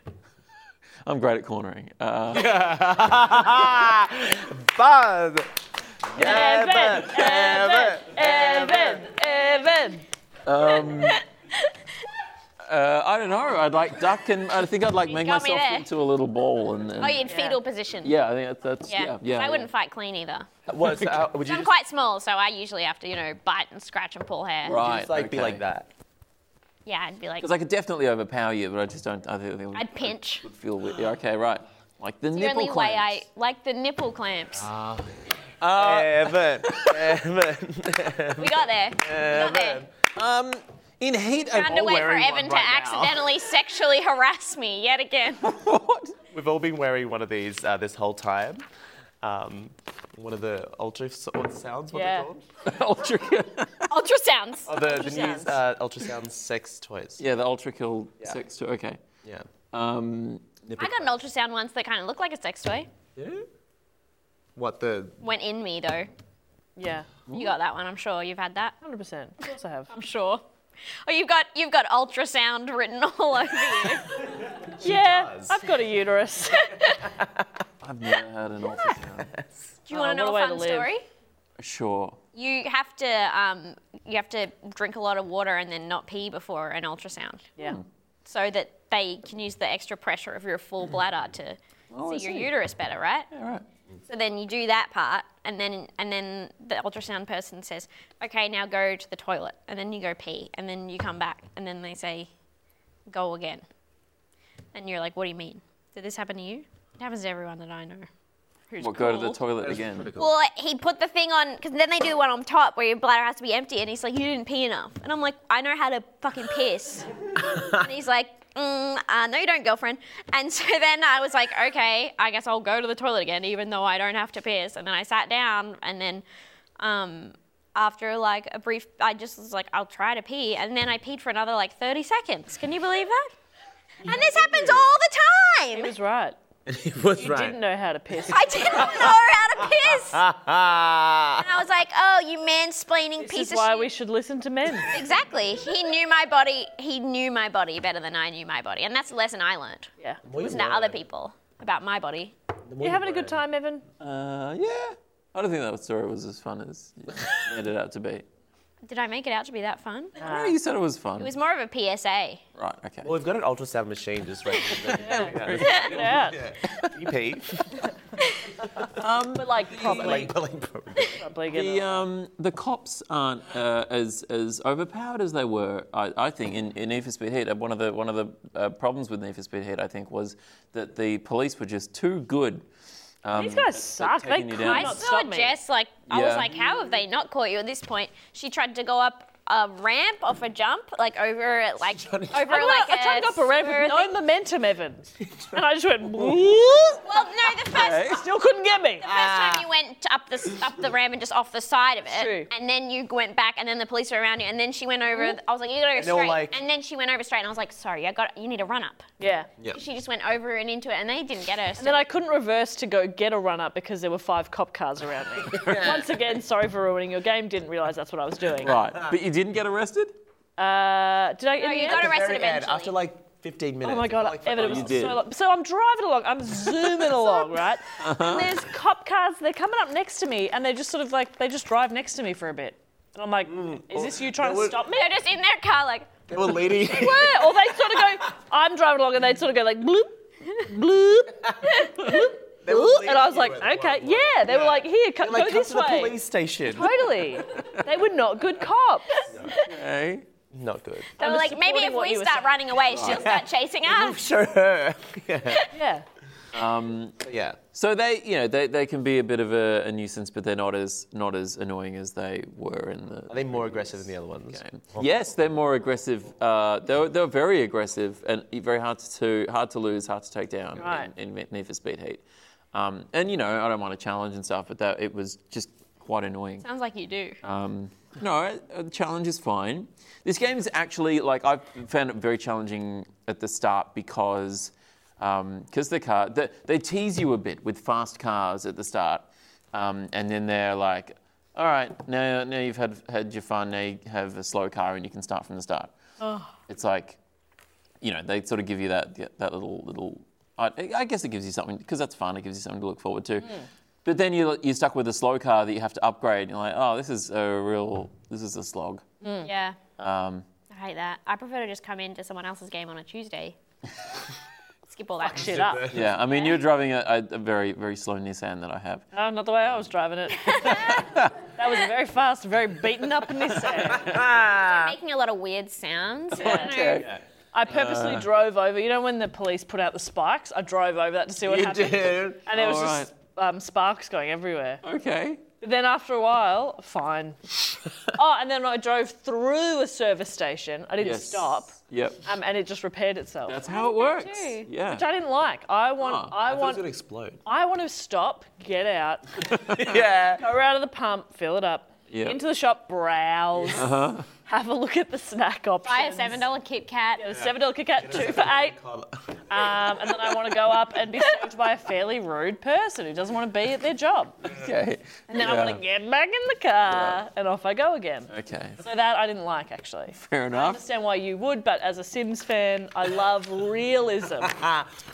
S1: I'm great at cornering. Uh,
S3: Buzz.
S4: Evan, Evan, Evan, Evan.
S1: uh, I don't know. I'd like duck and I think I'd like make
S2: got me
S1: myself
S2: there.
S1: into a little ball and. and
S2: Oh, you're in fetal position.
S1: yeah, I think that's, that's
S2: Yeah,
S1: yeah, yeah.
S2: 'cause I wouldn't fight clean either.
S3: What? So, uh, would you
S2: I'm
S3: just,
S2: quite small, so I usually have to, you know, bite and scratch and pull hair.
S1: Right.
S3: just, like be
S1: okay.
S3: like that?
S2: Yeah, I'd be like,
S1: Because I could definitely overpower you, but I just don't. I think I think
S2: I'd pinch.
S1: Would feel weird. Yeah, okay, right. Like the
S2: the
S1: nipple
S2: only way I
S1: clamps. Ah.
S2: like the nipple clamps.
S3: Evan. Evan.
S2: we got there. We got there.
S1: Um, in heat, I'm
S2: Found a
S1: all
S2: way for
S1: wearing
S2: Evan
S1: one
S2: to
S1: right now.
S2: accidentally sexually harass me yet again.
S1: What?
S3: We've all been wearing one of these uh, this whole time. Um, one of the ultra so- what sounds, what
S4: Yeah.
S3: they're called?
S1: Ultra.
S2: Ultrasounds.
S3: Oh, the, the new
S4: Ultrasounds.
S3: uh, ultrasound sex toys.
S1: yeah, the ultra kill sex toy. Okay.
S3: Yeah.
S1: Um,
S2: I got an ultrasound once that kind of looked like a sex toy.
S3: What the?
S2: Went in me though.
S4: Yeah,
S2: You got that one, I'm sure. You've had that.
S4: 100%. Of course I have.
S2: I'm sure. Oh, you've got you've got ultrasound written all over you.
S4: yeah,
S3: does.
S4: I've got a uterus.
S1: I've never had an ultra sound. Oh,
S2: Do you want to
S4: what
S2: know
S4: a way
S2: a
S4: to
S2: fun
S4: live.
S2: story?
S1: Sure.
S2: You have to um, you have to drink a lot of water and then not pee before an ultrasound,
S4: yeah.
S2: so that they can use the extra pressure of your full bladder to see your uterus better, right? So then you do that part, and then and then the ultrasound person says, "Okay, now go to the toilet," and then you go pee, and then you come back, and then they say, "Go again," and you're like, "What do you mean? Did this happen to you?" It happens to everyone that I know.
S4: Who's
S1: Well, go to the
S4: cool.
S1: toilet again.
S2: Well, he put the thing on because then they do the one on top where your bladder has to be empty, and he's like, "You didn't pee enough," and I'm like, "I know how to fucking piss," and he's like. Mm, uh, no, you don't, girlfriend. And so then I was like, okay, I guess I'll go to the toilet again, even though I don't have to piss. And then I sat down, and then um, after like a brief, I just was like, I'll try to pee. And then I peed for another like 30 seconds. Can you believe that? And this happens all the time.
S4: He was right.
S3: It was
S4: You didn't know how to piss.
S2: I didn't know how to piss.
S3: Ah,
S2: And I was like, oh, you mansplaining
S4: this
S2: piece
S4: is why
S2: of
S4: we
S2: shit.
S4: should listen to men.
S2: Exactly. He knew my body. He knew my body better than I knew my body. And that's a lesson I learned.
S4: Yeah.
S2: Listen to other people about my body.
S4: You having a good time, Evan?
S1: Uh, yeah. I don't think that story was as fun as you made it out to be.
S2: Did I make it out to be that fun? Uh, It
S1: Yeah, you said it was fun.
S2: was more of a PSA.
S1: Right, okay.
S3: Well, we've got an ultrasound machine just right here.
S4: Yeah.
S3: You pee.
S4: But like properly.
S3: Like, like,
S4: properly get
S1: The, um, the cops aren't uh, as, as overpowered as they were, I, I think, in, in Need for Speed Heat. Uh, One of the, one of the uh, problems with Need for Speed Heat, I think, was that the police were just too good. Um,
S4: These guys suck. They
S1: taking you
S4: could
S1: down.
S4: not
S2: I saw
S4: stop me.
S2: Jess, like, I was
S1: Yeah.
S2: like, how have they not caught you at this point? She tried to go up a ramp off a jump, like over, like, over, like, uh,
S4: I'm like, I tried to go up a ramp
S2: spur
S4: with no
S2: thing.
S4: momentum, Evan. and I just went,
S2: Well, no, the first,
S4: still couldn't get me.
S2: First time you went to- up the s- up the ramp and just off the side of it,
S4: Uh, True.
S2: and then you went back, and then the police were around you, and then she went over. I was like, you gotta go
S3: they were
S2: straight,
S3: like-
S2: and then she went over straight, and I was like, sorry, I got you need a run up.
S4: Yeah.
S2: She just went over and into it, and they didn't get her.
S4: And then I couldn't reverse to go get a run up because there were five cop cars around me. Once again, sorry for ruining your game. Didn't realise that's what I was doing.
S1: Right, but you didn't get arrested?
S4: Uh, did I?
S2: So you
S4: yeah.
S2: got arrested
S3: very end,
S2: eventually.
S3: after like 15 minutes.
S4: Oh my
S3: it
S4: god,
S3: felt like-
S4: Evan, it
S3: Oh,
S4: was
S3: you
S1: did.
S4: so long. So I'm driving along, I'm zooming along, right?
S3: Uh-huh.
S4: And there's cop cars, they're coming up next to me, and they just sort of like, they just drive next to me for a bit. And I'm like,
S3: Mm.
S4: is this you trying to
S3: were-
S4: stop me?
S2: They're just in their car, like
S3: They were leading.
S4: Yeah, Or they sort of go, I'm driving along, and they'd sort of go like, bloop, bloop,
S3: They were
S4: bloop.
S3: leading
S4: And I was
S3: you
S4: like,
S3: at one
S4: okay,
S3: point.
S4: yeah. They were like, here, co-
S3: They're like,
S4: go
S3: come
S4: this
S3: to the
S4: way.
S3: police station.
S4: Totally. They were not good cops.
S1: Okay.
S3: Not good.
S2: they were
S4: was
S2: like maybe
S4: supporting
S2: if
S4: what
S2: we
S4: you were
S2: start
S4: saying.
S2: running away, she'll start chasing us.
S3: Show her.
S4: Yeah.
S3: yeah.
S1: So they, you know, they, they can be a bit of a, a nuisance, but they're not as not as annoying as they were in the.
S3: Are they more aggressive than the other ones?
S1: game. Yes, they're more aggressive. Uh, they're, they're very aggressive and very hard to hard to lose, hard to take down
S4: Right.
S1: in, in Need for Speed Heat. Um, and you know, I don't want to challenge and stuff, but that it was just quite annoying.
S2: Sounds like you do.
S1: Um, no, a challenge is fine. This game is actually like I found it very challenging at the start because because the car the, they tease you a bit with fast cars at the start, um, and then they're like, "All right, now now you've had had your fun. Now you have a slow car and you can start from the start." It's like, you know, they sort of give you that that little little. I, I guess it gives you something because that's fun. It gives you something to look forward to. But then you you're stuck with a slow car that you have to upgrade. And you're like, oh, this is a real this is a slog.
S2: Yeah,
S1: Um,
S2: I hate that. I prefer to just come into someone else's game on a Tuesday. Skip all that
S4: Shit up.
S1: yeah, I mean, you're driving a, a, a very very slow Nissan that I have.
S4: No, not the way I was driving it. that was very fast, very beaten up Nissan.
S2: making a lot of weird sounds. I don't know.
S4: I
S3: Uh.
S4: purposely drove over. You know when the police put out the spikes? I drove over that to see what
S3: You
S4: happened.
S3: did.
S4: And there was
S1: All
S4: just um, sparks going everywhere.
S1: Okay.
S4: But then after a while, fine. oh, and then I drove through a service station. I didn't
S1: Yes.
S4: stop,
S1: Yep.
S4: um, and it just repaired itself,
S1: That's how it works. Yeah.
S4: which I didn't like. I want,
S1: Ah,
S3: I thought
S4: I
S3: it was
S4: want,
S3: gonna explode.
S4: I want to stop, get out,
S3: Yeah.
S4: go out of the pump, fill it up,
S1: Yep.
S4: into the shop, browse, have a look at the snack options.
S2: Buy a seven dollar Kit Kat.
S4: A seven dollar Kit Kat, two for eight, um, and then I want to go up and be served by a fairly rude person who doesn't want to be at their job.
S1: Okay.
S4: And then I want to get back in the car, and off I go again.
S1: Okay.
S4: So that I didn't like actually.
S1: Fair
S4: I
S1: enough.
S4: understand why you would, but as a Sims fan, I love realism.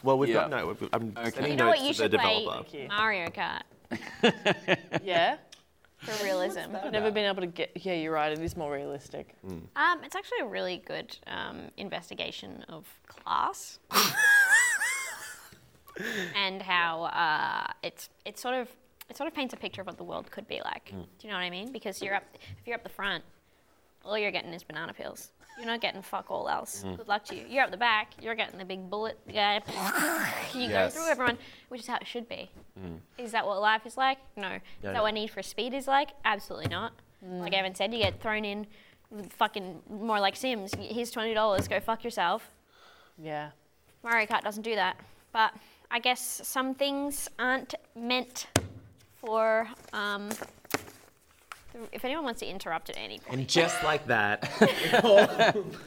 S3: Well, we've got
S1: Yeah.
S3: no. We've, I'm sending
S2: You know what
S3: notes to
S2: you
S3: the
S2: should play?
S3: developer.
S2: Mario Kart
S4: Yeah,
S2: for realism.
S4: never been able to get. Yeah, you're right. It is more realistic.
S2: Um, it's actually a really good um, investigation of class. and how uh, it's it's sort of it sort of paints a picture of what the world could be like.
S3: Hmm.
S2: Do you know what I mean? Because you're up if you're up the front, all you're getting is banana peels. You're not getting fuck all else.
S3: Hmm.
S2: Good luck to you. You're up the back. You're getting the big bullet guy.
S3: Yes. Hmm.
S2: you go through everyone, which is how it should be. Is that what life is like? No.
S3: No,
S2: is
S3: no.
S2: that what Need for Speed is like? Absolutely not. Like Evan said, you get thrown in, with fucking more like Sims. Here's twenty dollars. Go fuck yourself.
S4: Yeah.
S2: Mario Kart doesn't do that. But I guess some things aren't meant for. Um, the- if anyone wants to interrupt at any point,
S3: And just like that,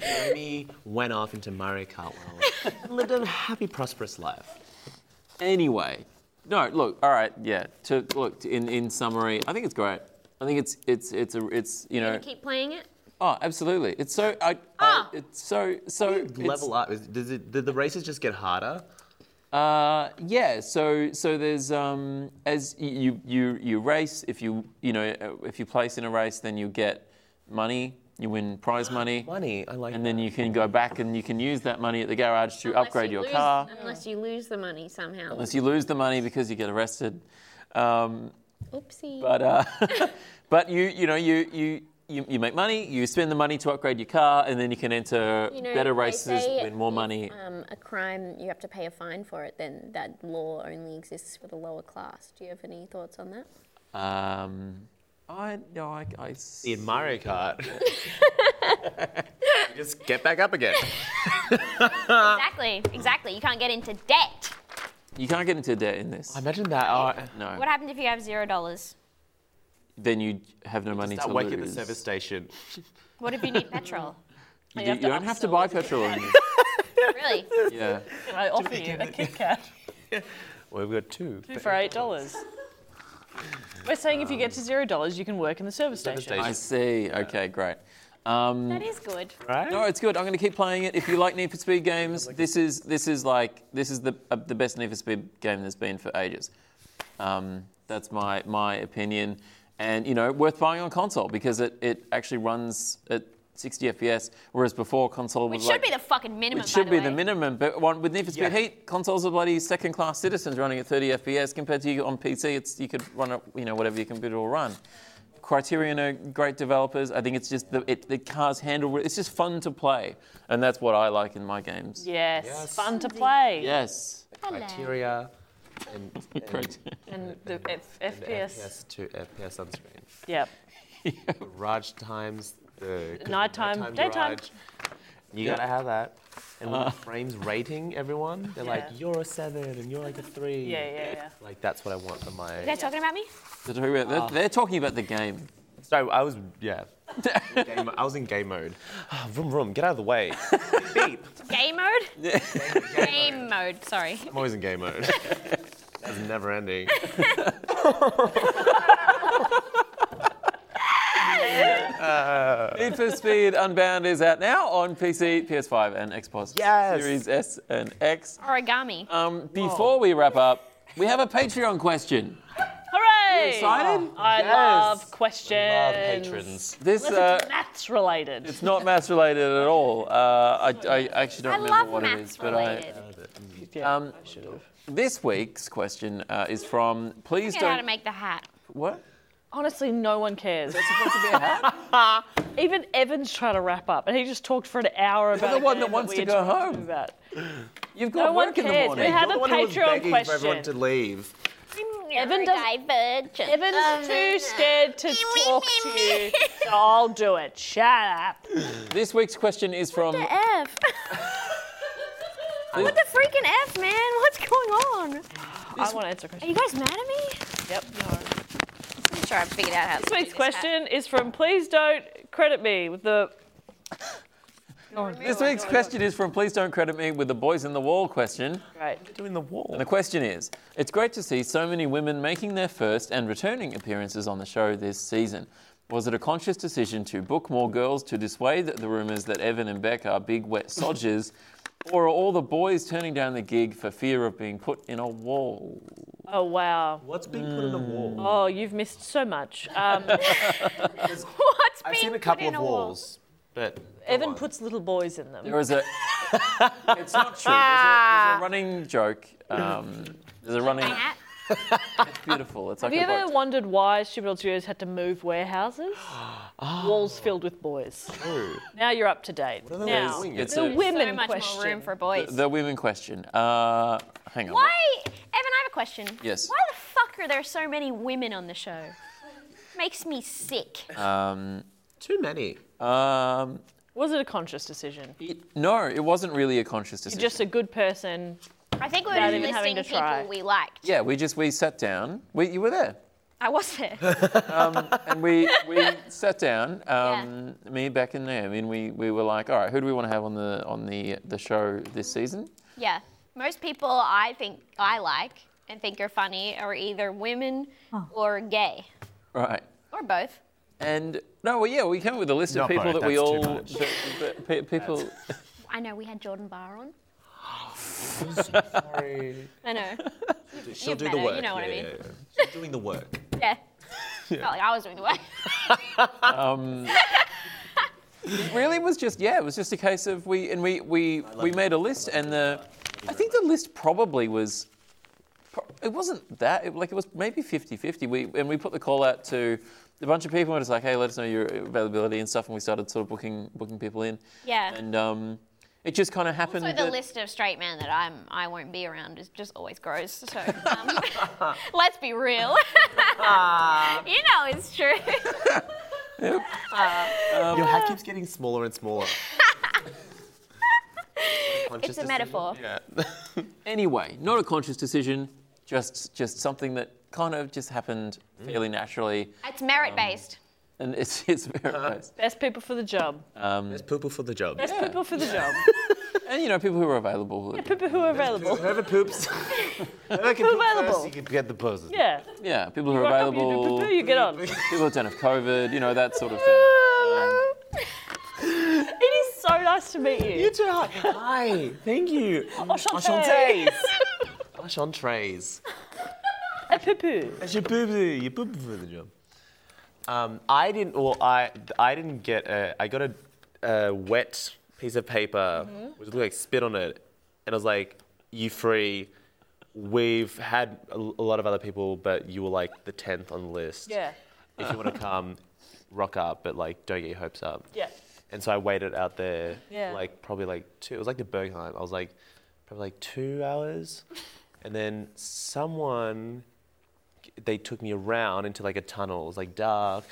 S3: Jeremy went off into Mario Kart World and lived a happy, prosperous life.
S1: Anyway, no, look, all right, yeah. To look in in summary, I think it's great. I think it's it's it's a it's you know
S2: keep playing it.
S1: oh absolutely it's so I, I
S2: Ah.
S1: it's so so it's-
S3: Level up. Is- Does it, did the races just get harder?
S1: Uh, yeah. So so there's um, as y- you you you race if you you know uh, if you place in a race then you get money. You win prize money.
S3: Money, I like
S1: And then you can go back and you can use that money at the garage to upgrade your
S2: lose,
S1: car.
S2: Unless you lose the money somehow.
S1: Unless you lose the money because you get arrested. Um,
S2: Oopsie.
S1: but uh, but you you know you you. You, you make money, you spend the money to upgrade your car, and then you can enter
S2: You know,
S1: better
S2: they
S1: races,
S2: say
S1: win more
S2: if,
S1: money.
S2: Um, a crime, you have to pay a fine for it. Then that law only exists for the lower class. Do you have any thoughts on that?
S1: Um, I no, I, I
S3: In Mario Kart. You just get back up again.
S2: Exactly, exactly. You can't get into debt.
S1: You can't get into debt in this.
S3: Imagine that. Oh,
S1: no.
S2: What happens if you have zero dollars?
S1: Then you have no money
S3: start
S1: to
S3: working
S1: lose.
S3: at the service station.
S2: What if you need petrol?
S1: You,
S4: You
S1: do,
S4: have to
S1: you don't have to
S4: upsell
S1: buy
S4: it.
S1: petrol. in this.
S2: Really?
S1: yeah.
S4: Can I offer you a Kit Kat
S3: Well, we've got two.
S4: for eight dollars? We're saying if you get to zero dollars, you can work in the service
S3: Service
S4: station.
S1: I
S3: station.
S1: see. Okay, great. Um,
S2: That is good.
S3: Right?
S1: no, it's good. I'm going to keep playing it. If you like Need for Speed games, this is this is like this is the uh, the best Need for Speed game there's been for ages. Um, that's my my opinion, and you know, worth buying on console because it, it actually runs at 60 FPS, whereas before console
S2: Which
S1: was
S2: should
S1: like
S2: be the fucking minimum.
S1: It should
S2: by
S1: be
S2: the,
S1: the
S2: way.
S1: minimum, but one, with Need for Speed
S3: Yeah.
S1: Heat, consoles are bloody second-class citizens running at 30 FPS compared to you on PC. It's you could run up, you know, whatever your computer will run. Criterion are great developers. I think it's just the, it, the cars handle. It's just fun to play, and that's what I like in my games.
S4: Yes.
S3: Yes.
S4: Fun to play.
S1: Yes.
S3: Criteria and, and,
S4: And the F-
S3: and
S4: FPS.
S3: FPS to FPS on screen.
S4: Yep.
S3: Garage times. The
S4: Nighttime, daytime.
S3: garage. You
S1: Yeah.
S3: gotta have that. And with frames rating everyone, they're
S4: Yeah.
S3: like, you're a seven and you're like a three.
S4: Yeah, yeah, yeah.
S3: Like that's what I want for my.
S2: They're talking about me.
S1: They're talking about,
S2: Ah.
S1: they're, they're talking about the game.
S3: So I was yeah. Game- I was in game mode. Ah, vroom vroom, get out of the way. Beep.
S2: Game mode. Game mode. Sorry.
S3: I'm always in game mode. That's never ending.
S1: Need for Speed Unbound is out now on PC, PS5, and Xbox
S3: Yes.
S1: Series S and X.
S2: Origami.
S1: Um, before we wrap up, we have a Patreon question.
S4: Hooray!
S1: excited?
S4: I
S3: Yes.
S4: love questions.
S3: Love patrons.
S1: This uh,
S4: It's maths related.
S1: It's not maths related at all. Uh, I, I actually don't
S2: I
S1: remember
S2: love
S1: what it
S2: maths
S1: is, but I,
S2: related.
S4: yeah,
S1: um,
S4: I should have.
S1: this week's question uh, is from please
S2: Figure out how to
S1: don't
S2: make the hat.
S1: what
S4: Honestly, no one cares.
S1: supposed to be a hat?
S4: Even Evan's trying to wrap up, and he just talked for an hour about
S1: the
S4: a
S1: one
S4: game
S1: that wants
S4: we
S1: to
S4: had
S1: go
S4: talked
S1: home.
S4: About.
S1: You've got
S4: No one
S1: work in the
S4: cares. We
S1: morning.
S4: have
S3: You're
S4: a
S3: the one who was
S4: Patreon
S3: begging for everyone to
S4: question.
S3: leave.
S4: Evan does-
S2: divergent.
S4: Evan's
S2: Um,
S4: too scared to talk to you, so I'll do it. Shut up.
S1: This week's question is from
S2: What the F? what the freaking F, man? What's going on? Are
S4: I want to answer questions.
S2: you guys mad at me?
S4: Yep.
S2: I'm sure I figured out how to
S4: This week's
S2: do
S4: question is from please don't credit me with the.
S1: this week's question is from please don't credit me with the boys in the wall question.
S4: Great.
S3: Doing the wall.
S1: And the question is It's great to see so many women making their first and returning appearances on the show this season. Was it a conscious decision to book more girls to dissuade the rumours that Evan and Beck are big wet sodgers, or are all the boys turning down the gig for fear of being put in a wall?
S4: Oh wow.
S3: What's being put in the wall?
S4: Oh, you've missed so much. Um,
S2: That. What's
S3: I've
S2: being
S3: seen a
S2: put
S3: couple
S2: in
S3: of
S2: a wall? Uh,
S3: walls, but go
S4: Evan
S3: on.
S4: puts little boys in them.
S1: There is a. it's not true. There's a, there's a running joke Um, there's a running. It's beautiful. It's like
S4: Have you
S1: a
S4: ever
S1: boat.
S4: wondered why Stupid Old Studios had to move warehouses?
S3: Oh.
S4: Walls filled with boys. Now you're up to date.
S3: are they
S4: now,
S3: doing?
S1: It's
S4: the
S1: a-
S4: women
S2: so much
S4: question.
S2: more room for boys.
S1: The women question. Uh, hang on.
S2: Why, Evan? I have a question.
S1: Yes.
S2: Why the fuck are there so many women on the show? Makes me sick.
S1: Um,
S3: Too many.
S1: um,
S4: Was it a conscious decision? You're
S1: it- no, it wasn't really a conscious decision.
S4: just a good person.
S2: I think we were
S4: Without
S2: just
S4: even having
S2: listing
S4: to
S2: people
S4: try.
S2: we liked.
S1: yeah, we just we sat down. We, you were there.
S2: I was there.
S1: and we we sat down, um, me, Beck, and Naomi, and we, we were like, all right, who do we want to have on the on the the show this season?
S2: yeah. Most people I think I like and think are funny are either women or gay
S1: Right.
S2: or both.
S1: And no, well, yeah, we came up with a list of
S3: Not
S1: people
S3: both,
S1: that we
S3: that's too
S1: all
S3: much.
S1: that, that pe- people.
S2: I know we had Jordan Barr on. I know.
S3: She'll do
S2: met
S3: the
S2: her, you
S3: work.
S2: know what I
S3: yeah,
S2: mean.
S3: yeah, yeah. She's doing the work.
S2: Yeah. Felt like I was doing the work.
S1: It really was just yeah, it was just a case of we and we we we made a list, and the I think the list probably was. pro- It wasn't that it, like it was maybe 50-50. We and we put the call out to a bunch of people and it's like, hey, let us know your availability and stuff, and we started sort of booking booking people in.
S2: Yeah.
S1: And um, it just kind of happened.
S2: So the
S1: that-
S2: list of straight men that I'm I won't be around is just always grows. So um, let's be real. you know it's true.
S3: Your hat keeps getting smaller and smaller.
S2: it's a metaphor.
S1: Anyway, not a conscious decision, just just something that kind of just happened fairly naturally,
S2: It's merit based.
S1: and it's it's very nice.
S4: Best people for the job.
S3: There's poo for the job.
S4: Best people for the job.
S1: And you know, people who are available.
S4: People who are available.
S3: Whoever poops, whoever can poop
S4: available.
S3: first, you can get the poses.
S4: Yeah.
S1: Yeah, people who are
S4: Rock up, you do
S1: available.
S4: poo-poo, You get on.
S1: People who don't have COVID. You know that sort of thing. Um,
S4: It is so nice to meet you.
S3: You're too hot. Hi, thank you.
S4: Enchanté.
S3: Enchantres.
S4: A poo-poo.
S3: That's your poo poo. Your poo poo for the job. Um, I didn't. Well, I I didn't get. A, I got a, a wet piece of paper
S4: Mm-hmm.
S3: which looked like spit on it, and I was like, "You free." We've had a, a lot of other people, but you were like the tenth on the list.
S4: Yeah.
S3: If you want to come, rock up, but like don't get your hopes up.
S4: Yeah.
S3: And so I waited out there,
S4: Yeah.
S3: like probably like two. It was like the Bergheim. I was like probably like two hours, and then someone they took me around into like a tunnel. It was like dark,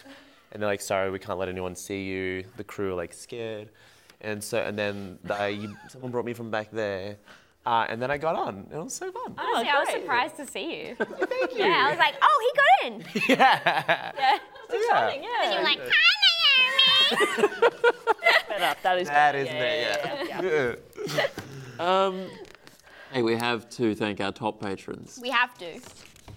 S3: and they're like, "Sorry, we can't let anyone see you." The crew are like scared, and so and then they, someone brought me from back there, uh, and then I got on. and It was so fun.
S2: Honestly, I was
S4: great.
S2: surprised to see you. Thank you. Yeah, I was like, oh, he got in.
S3: Yeah.
S2: Yeah.
S3: yeah.
S2: And you were like, hi, Naomi.
S4: Set up. That is
S3: That
S4: great.
S3: is
S4: Yeah,
S3: me.
S4: yeah,
S3: Yeah.
S4: yeah,
S1: um, hey, we have to thank our top patrons.
S2: we have to,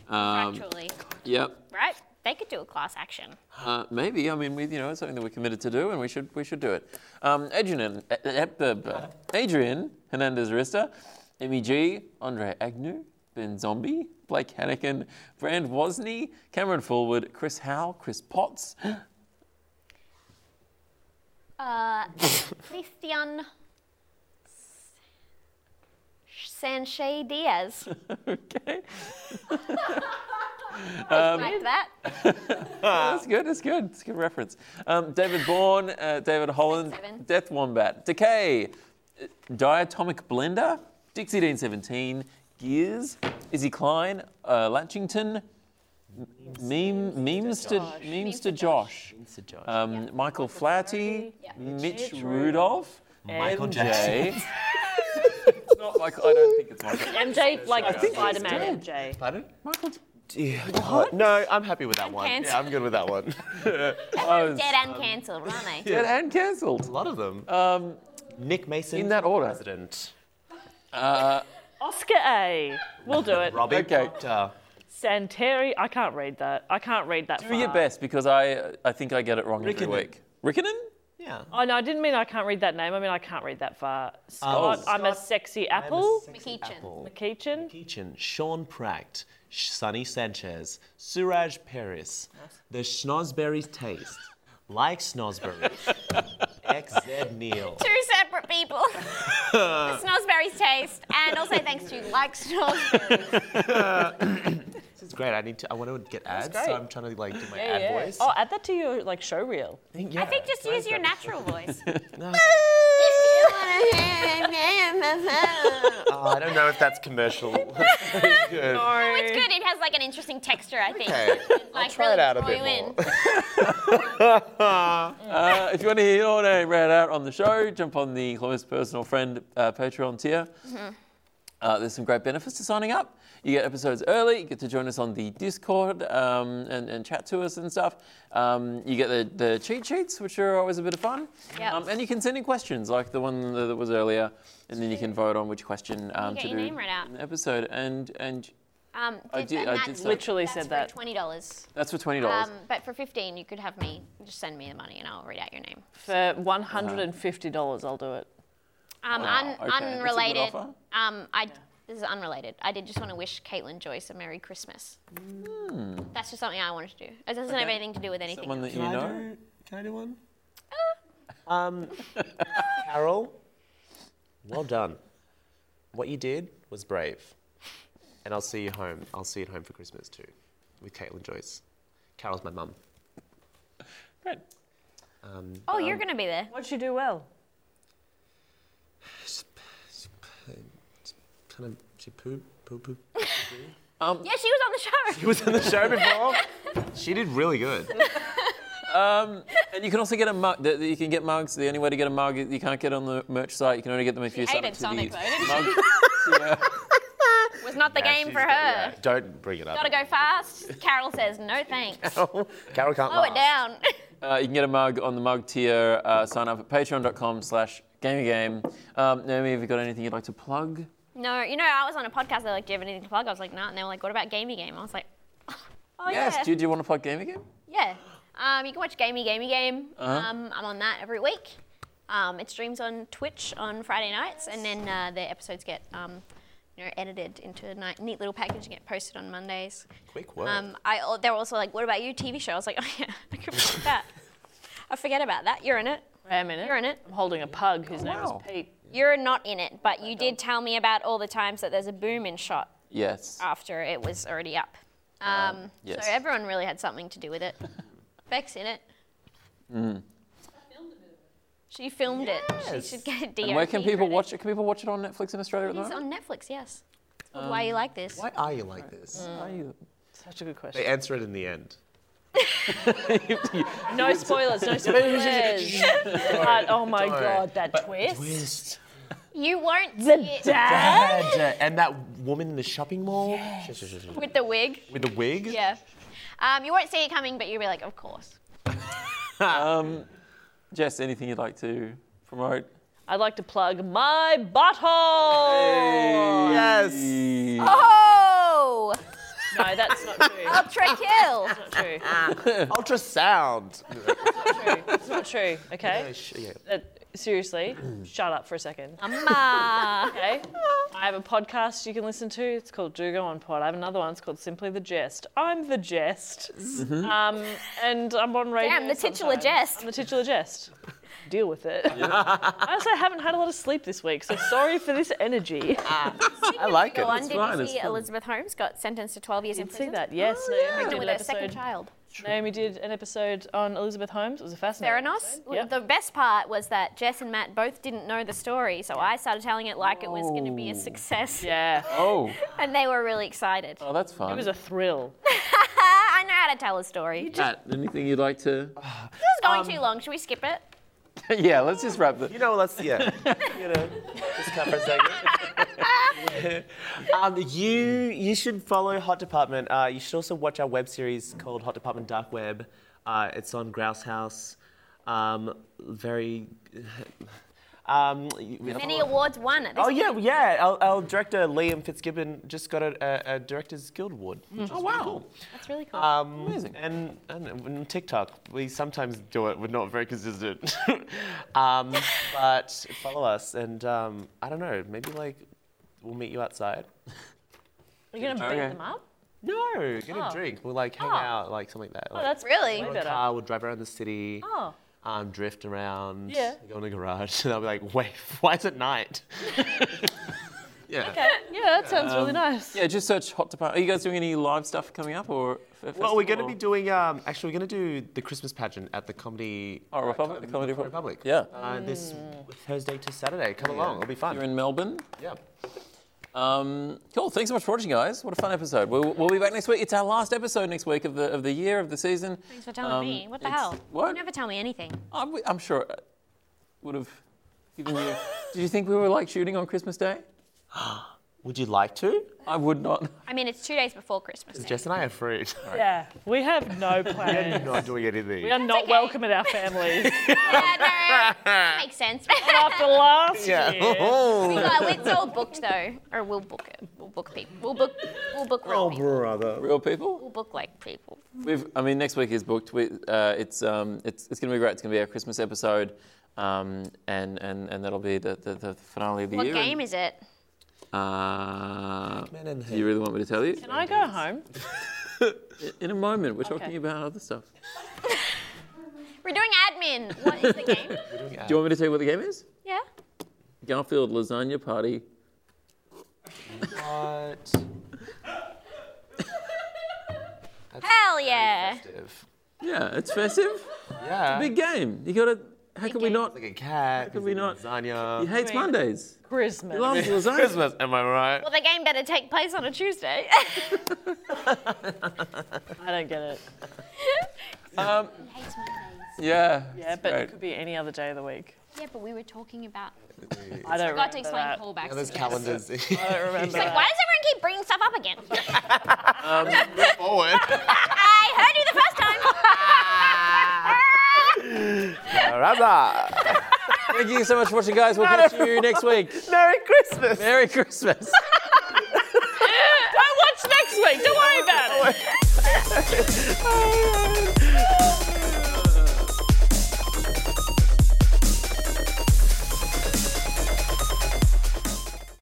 S1: Um,
S2: actually,
S1: yep.
S2: right? They could do a class action.
S1: Uh, maybe. I mean, we, you know, it's something that we're committed to do, and we should we should do it. Um, Adrian, eh, eh, eh, eh, Adrian Hernandez Arista, Emmy G, Andre Agnew, Ben Zombie, Blake Hannigan, Brand Wozni, Cameron Fullwood, Chris Howe, Chris Potts,
S2: Uh, Christian Sanchez Diaz.
S1: okay,
S2: like that.
S1: That's good. That's good. It's a good reference. Um, David Bourne, uh, David Holland,
S2: Seven.
S1: Death Wombat, Decay, uh, Diatomic Blender, Dixie Dean 17, Gears, Izzy Klein, uh, Latchington, Meme, Memester, Memester Josh, um, Michael Flaherty, Mitch Rudolph,
S3: Michael
S1: MJ.
S3: Jackson.
S1: It's not Michael. I don't think it's Michael.
S4: MJ, like Spider-Man MJ.
S3: Pardon? Michael. No, I'm happy with that one.
S2: cancelled.
S3: Yeah, I'm good with that one.
S1: I was
S2: Dead
S3: Um,
S2: and cancelled, aren't they?
S1: dead and cancelled.
S3: A lot of them.
S1: Um,
S3: Nick Mason.
S1: in that order.
S3: President.
S4: Oscar A. We'll do it.
S3: Robbie
S1: Okay.
S3: Proctor.
S4: Santeri. I can't read that. I can't read that.
S1: Do your
S4: far.
S1: best because I I think I get it wrong every
S3: Rickenen.
S1: week. Rickenen?
S3: Yeah.
S4: Oh no, I didn't mean I can't read that name. I mean I can't read that far. Scott, I'm a
S3: Scott,
S4: sexy apple.
S2: McEachin.
S4: Keachin.
S3: Keachin, Sean Pratt, Sonny Sanchez, Suraj Paris, the Schnozberries taste, like Schnozberries, XZ Neil.
S2: Two separate people. it smells Berry's taste, and also thanks to like Snowsberry.
S3: This is great. I need to. I want to get ads, so
S4: great.
S3: I'm trying to like do my
S4: Yeah,
S3: ad
S4: yeah.
S3: voice.
S4: Oh, add that to your like show reel.
S3: yeah.
S2: I think just use your natural voice.
S3: No.
S2: it's
S3: Oh, I don't know if that's commercial. Good.
S2: good. It has like an interesting texture, I think.
S3: Okay.
S2: It's, like,
S3: Try it
S2: really
S3: out a
S2: draw
S3: bit
S2: you in.
S3: more.
S1: Uh, if you want to hear all I read out on the show, jump on the Columbus Personal Friend uh, Patreon tier.
S2: Mm-hmm.
S1: Uh, there's some great benefits to signing up. You get episodes early. You get to join us on the Discord um, and, and chat to us and stuff. Um, you get the, the cheat sheets, which are always a bit of fun.
S2: Yeah.
S1: Um, and you can send in questions like the one that that was earlier, and then you can vote on which question um,
S2: get
S1: to
S2: your
S1: do
S2: name right out.
S1: in the episode. And and
S2: Um, did,
S1: I did-
S2: and
S1: I
S2: that's
S1: did
S2: for-
S1: so.
S4: Literally
S2: that's
S4: said
S2: for
S4: that.
S2: Twenty dollars.
S1: that's for twenty dollars.
S2: Um, but for fifteen, you could have me just send me the money, and I'll read out your name.
S4: For one hundred and fifty dollars, I'll do it.
S2: Um,
S1: Wow,
S2: un-
S1: okay. That's a good
S2: Unrelated.
S1: offer.
S2: Um, I this is unrelated. I did just want to wish Caitlin Joyce a Merry Christmas. That's just something I wanted to do. It doesn't have
S1: Okay.
S2: anything to do with anything.
S1: Hmm. Someone that you
S3: Can I
S1: know.
S3: do- Can I do one? Um, Carol, well done. What you did was brave. And I'll see you home. I'll see you at home for Christmas too, with Caitlin Joyce. Carol's my mum.
S1: Great.
S3: Um,
S2: oh, you're gonna be there.
S4: What'd you do well?
S3: kind of, she poo, poo, poo.
S2: Yeah, she was on the show.
S3: She was on the show before. she did really good.
S1: And you can also get a mug. That that you can get mugs. The only way to get a mug, is- you can't get on the merch site. You can only get them if you sign up
S2: hated
S1: to
S2: Sonic
S1: the
S2: though, didn't
S1: mug. yeah.
S2: It was not the
S3: Yeah,
S2: game
S3: she's
S2: for her.
S3: got- yeah, don't bring it up.
S2: Gotta go fast. Carol says no thanks. Slow
S3: Carol can't
S2: it down.
S1: Uh, you can get a mug on the mug tier. Uh, sign up at Patreon.com/slash GameGame. Um, Naomi, have you got anything you'd like to plug?
S2: no, you know I was on a podcast. They're like, "Do you have anything to plug?" I was like, "No," and they were like, "What about Gamey Game?" I was like, "Oh
S1: Yes.
S2: yeah,
S1: Do, you- do you want to plug GameGame?
S2: yeah." Um, you can watch Gamey Gamey Game. Um, I'm on that every week. Um, it streams on Twitch on Friday nights, and then uh, the episodes get um, you know edited into a ni- neat little package and get posted on Mondays.
S3: Quick work.
S2: Um, I al- they were also like, "What about you?" TV show. I was like, "Oh yeah, I could plug that." I forget about that. You're in it.
S4: Wait a minute.
S2: You're in it.
S4: I'm holding a pug whose name is
S1: Wow.
S4: Pete.
S2: You're not in it, but you did tell me about all the times that there's a boom in shot
S1: Yes.
S2: after it was already up. Um,
S1: yes.
S2: So everyone really had something to do with it. Beck's in it.
S1: Mm.
S2: She filmed it. She should get a DOP
S1: and where can people
S2: credit.
S1: watch it? Can people watch it on Netflix in Australia at the
S2: It's
S1: moment?
S2: on Netflix, yes. It's called Why You Like This.
S3: Why are you like this?
S2: mm.
S1: Are you-
S4: Such a good question.
S3: They answer it in the end.
S4: No spoilers. No spoilers. But, oh my
S3: Don't.
S4: god, that twist.
S3: Twist.
S2: You won't see it
S3: Dad. And that woman in the shopping mall.
S2: with the wig.
S3: With the wig.
S2: Yeah. Um, you won't see it coming, but you'll be like, of course.
S1: Um, Jess, anything you'd like to promote?
S4: I'd like to plug my butthole.
S3: Yes.
S2: Oh!
S4: No, that's not true.
S2: Ultra kill!
S4: Not true.
S3: Ultrasound.
S4: It's not true. Okay.
S3: Yeah.
S4: That- seriously, shut up for a second.
S2: Amma.
S4: Okay. I have a podcast you can listen to. It's called Do Go On Pod. I have another one. It's called Simply the Jest. I'm the Jest. Um, and I'm on radio.
S2: Damn, the titular
S4: sometimes.
S2: jest.
S4: I'm the titular Jest. Deal with it. I also haven't had a lot of sleep this week, so sorry for this energy.
S1: I like it.
S2: Go on,
S1: It's
S2: did
S1: fine,
S2: you
S1: it's
S2: see
S1: fun.
S2: Elizabeth Holmes got sentenced to 12 years in
S4: Did see
S2: prison?
S4: that? Yes. Naomi did
S2: With
S4: an
S2: her second
S4: episode.
S2: child.
S4: Naomi did an episode on Elizabeth Holmes. It was a fascinating.
S2: Theranos.
S4: episode. Yep.
S2: The best part was that Jess and Matt both didn't know the story, so I started telling it like it was going to be a success,
S4: yeah.
S1: Oh,
S2: and they were really excited.
S1: oh, that's fun.
S4: It was a thrill.
S2: I know how to tell a story. This
S1: Pat, anything you'd like to?
S2: is going too long. Should we skip it?
S1: yeah, let's just wrap the.
S3: You know, let's yeah. you know, just cut for a second. um, you you should follow Hot Department. Uh, you should also watch our web series called Hot Department Dark Web. Uh, it's on Grouse House. Um, very. Um,
S2: Many awards won at this
S3: oh yeah, yeah. Our, our director Liam Fitzgibbon just got a, a, a Directors Guild Award.
S2: Mm.
S3: Oh wow.
S2: That's really cool.
S1: Uh,
S3: Um, Amazing. And, and on TikTok, we sometimes do it. We're not very consistent. um, but follow us, and um, I don't know, maybe like we'll meet you outside.
S4: Are you going to beat
S1: Okay.
S4: them up?
S3: No, Ah. get a drink. We'll like hang
S4: Oh.
S3: Ah. out, like something like that.
S4: Oh, that's
S2: Really?
S4: way
S2: Or
S3: like,
S4: better.
S3: car, we'll drive around the city.
S4: Oh,
S3: um, drift around,
S4: Yeah.
S3: go in the garage, and I'll be like, wait, why is it night? yeah.
S4: Yeah, that sounds really nice.
S1: Um, Yeah, just search Hot Department. Are you guys doing any live stuff coming up or? f-
S3: Well, we're going to
S1: festival
S3: be
S1: or-
S3: doing, um, actually, we're going to do the Christmas pageant at the Comedy
S1: Oh, Republic,
S3: Com-
S1: the Comedy Repub-
S3: Republic.
S1: Yeah.
S3: Uh, This Thursday to Saturday. Come along, it'll be fun.
S1: You're in Melbourne.
S3: yeah.
S1: Um, cool. Thanks so much for watching, guys. What a fun episode. We'll, we'll be back next week. It's our last episode next week of the of the year of the season.
S2: Thanks for telling
S1: Um,
S2: me. What the
S1: it's-
S2: hell?
S1: What?
S2: You never tell me anything.
S1: I'm, I'm sure I would have given you. Did you think we were like shooting on Christmas Day?
S3: Would you like to?
S1: I would not.
S2: I mean, it's two days before Christmas. Day.
S3: Jess and I are free.
S4: Yeah, we have no plans.
S3: Not doing anything.
S4: We are not
S2: okay.
S4: welcome at our families.
S2: yeah, no, that makes sense.
S4: After last
S3: yeah.
S4: year.
S3: Oh,
S2: No, it's all booked though, or we'll book it. We'll book people. We'll book. We'll book real
S6: Oh,
S2: people.
S3: brother.
S1: Real people.
S2: We'll book like people.
S1: We've, I mean, next week is booked. We, uh, it's um, it's, it's going to be great. It's going to be our Christmas episode, um, and, and and that'll be the, the, the finale of the
S2: What
S1: year.
S2: game is it?
S1: Uh,
S3: Pac-Man and
S1: do you really want me to tell you?
S4: Can I go home?
S1: In a moment, we're talking about other stuff.
S2: We're doing admin. What is the game?
S1: Do you want me to tell you what the game is?
S2: Yeah.
S1: Garfield Lasagna Party.
S3: What?
S2: Hell yeah.
S3: Festive.
S1: Yeah, it's festive.
S3: Yeah.
S1: Big game. You got to. How can we
S2: game.
S1: not?
S3: Like a cat.
S1: could we not- He
S3: Lasagna.
S1: hates Mondays.
S4: Christmas.
S1: He loves lasagna.
S3: Christmas, am I right?
S2: Well, the game better take place on a Tuesday.
S4: I don't get it.
S1: Um, yeah.
S4: Yeah,
S1: it's
S4: but
S1: great.
S4: it could be any other day of the week.
S2: yeah, but we were talking about.
S4: I don't
S2: Got to
S4: remember
S2: explain
S4: that.
S2: callbacks.
S3: There's
S2: again.
S3: calendars.
S4: I don't remember
S2: Like,
S4: that.
S2: why does everyone keep bringing stuff up again?
S3: Forward.
S2: I heard you the first time.
S3: Raza.
S1: Thank you so much for watching, guys. We'll catch you next week.
S3: Merry Christmas.
S1: Merry Christmas.
S4: Don't watch next week. Don't worry about it.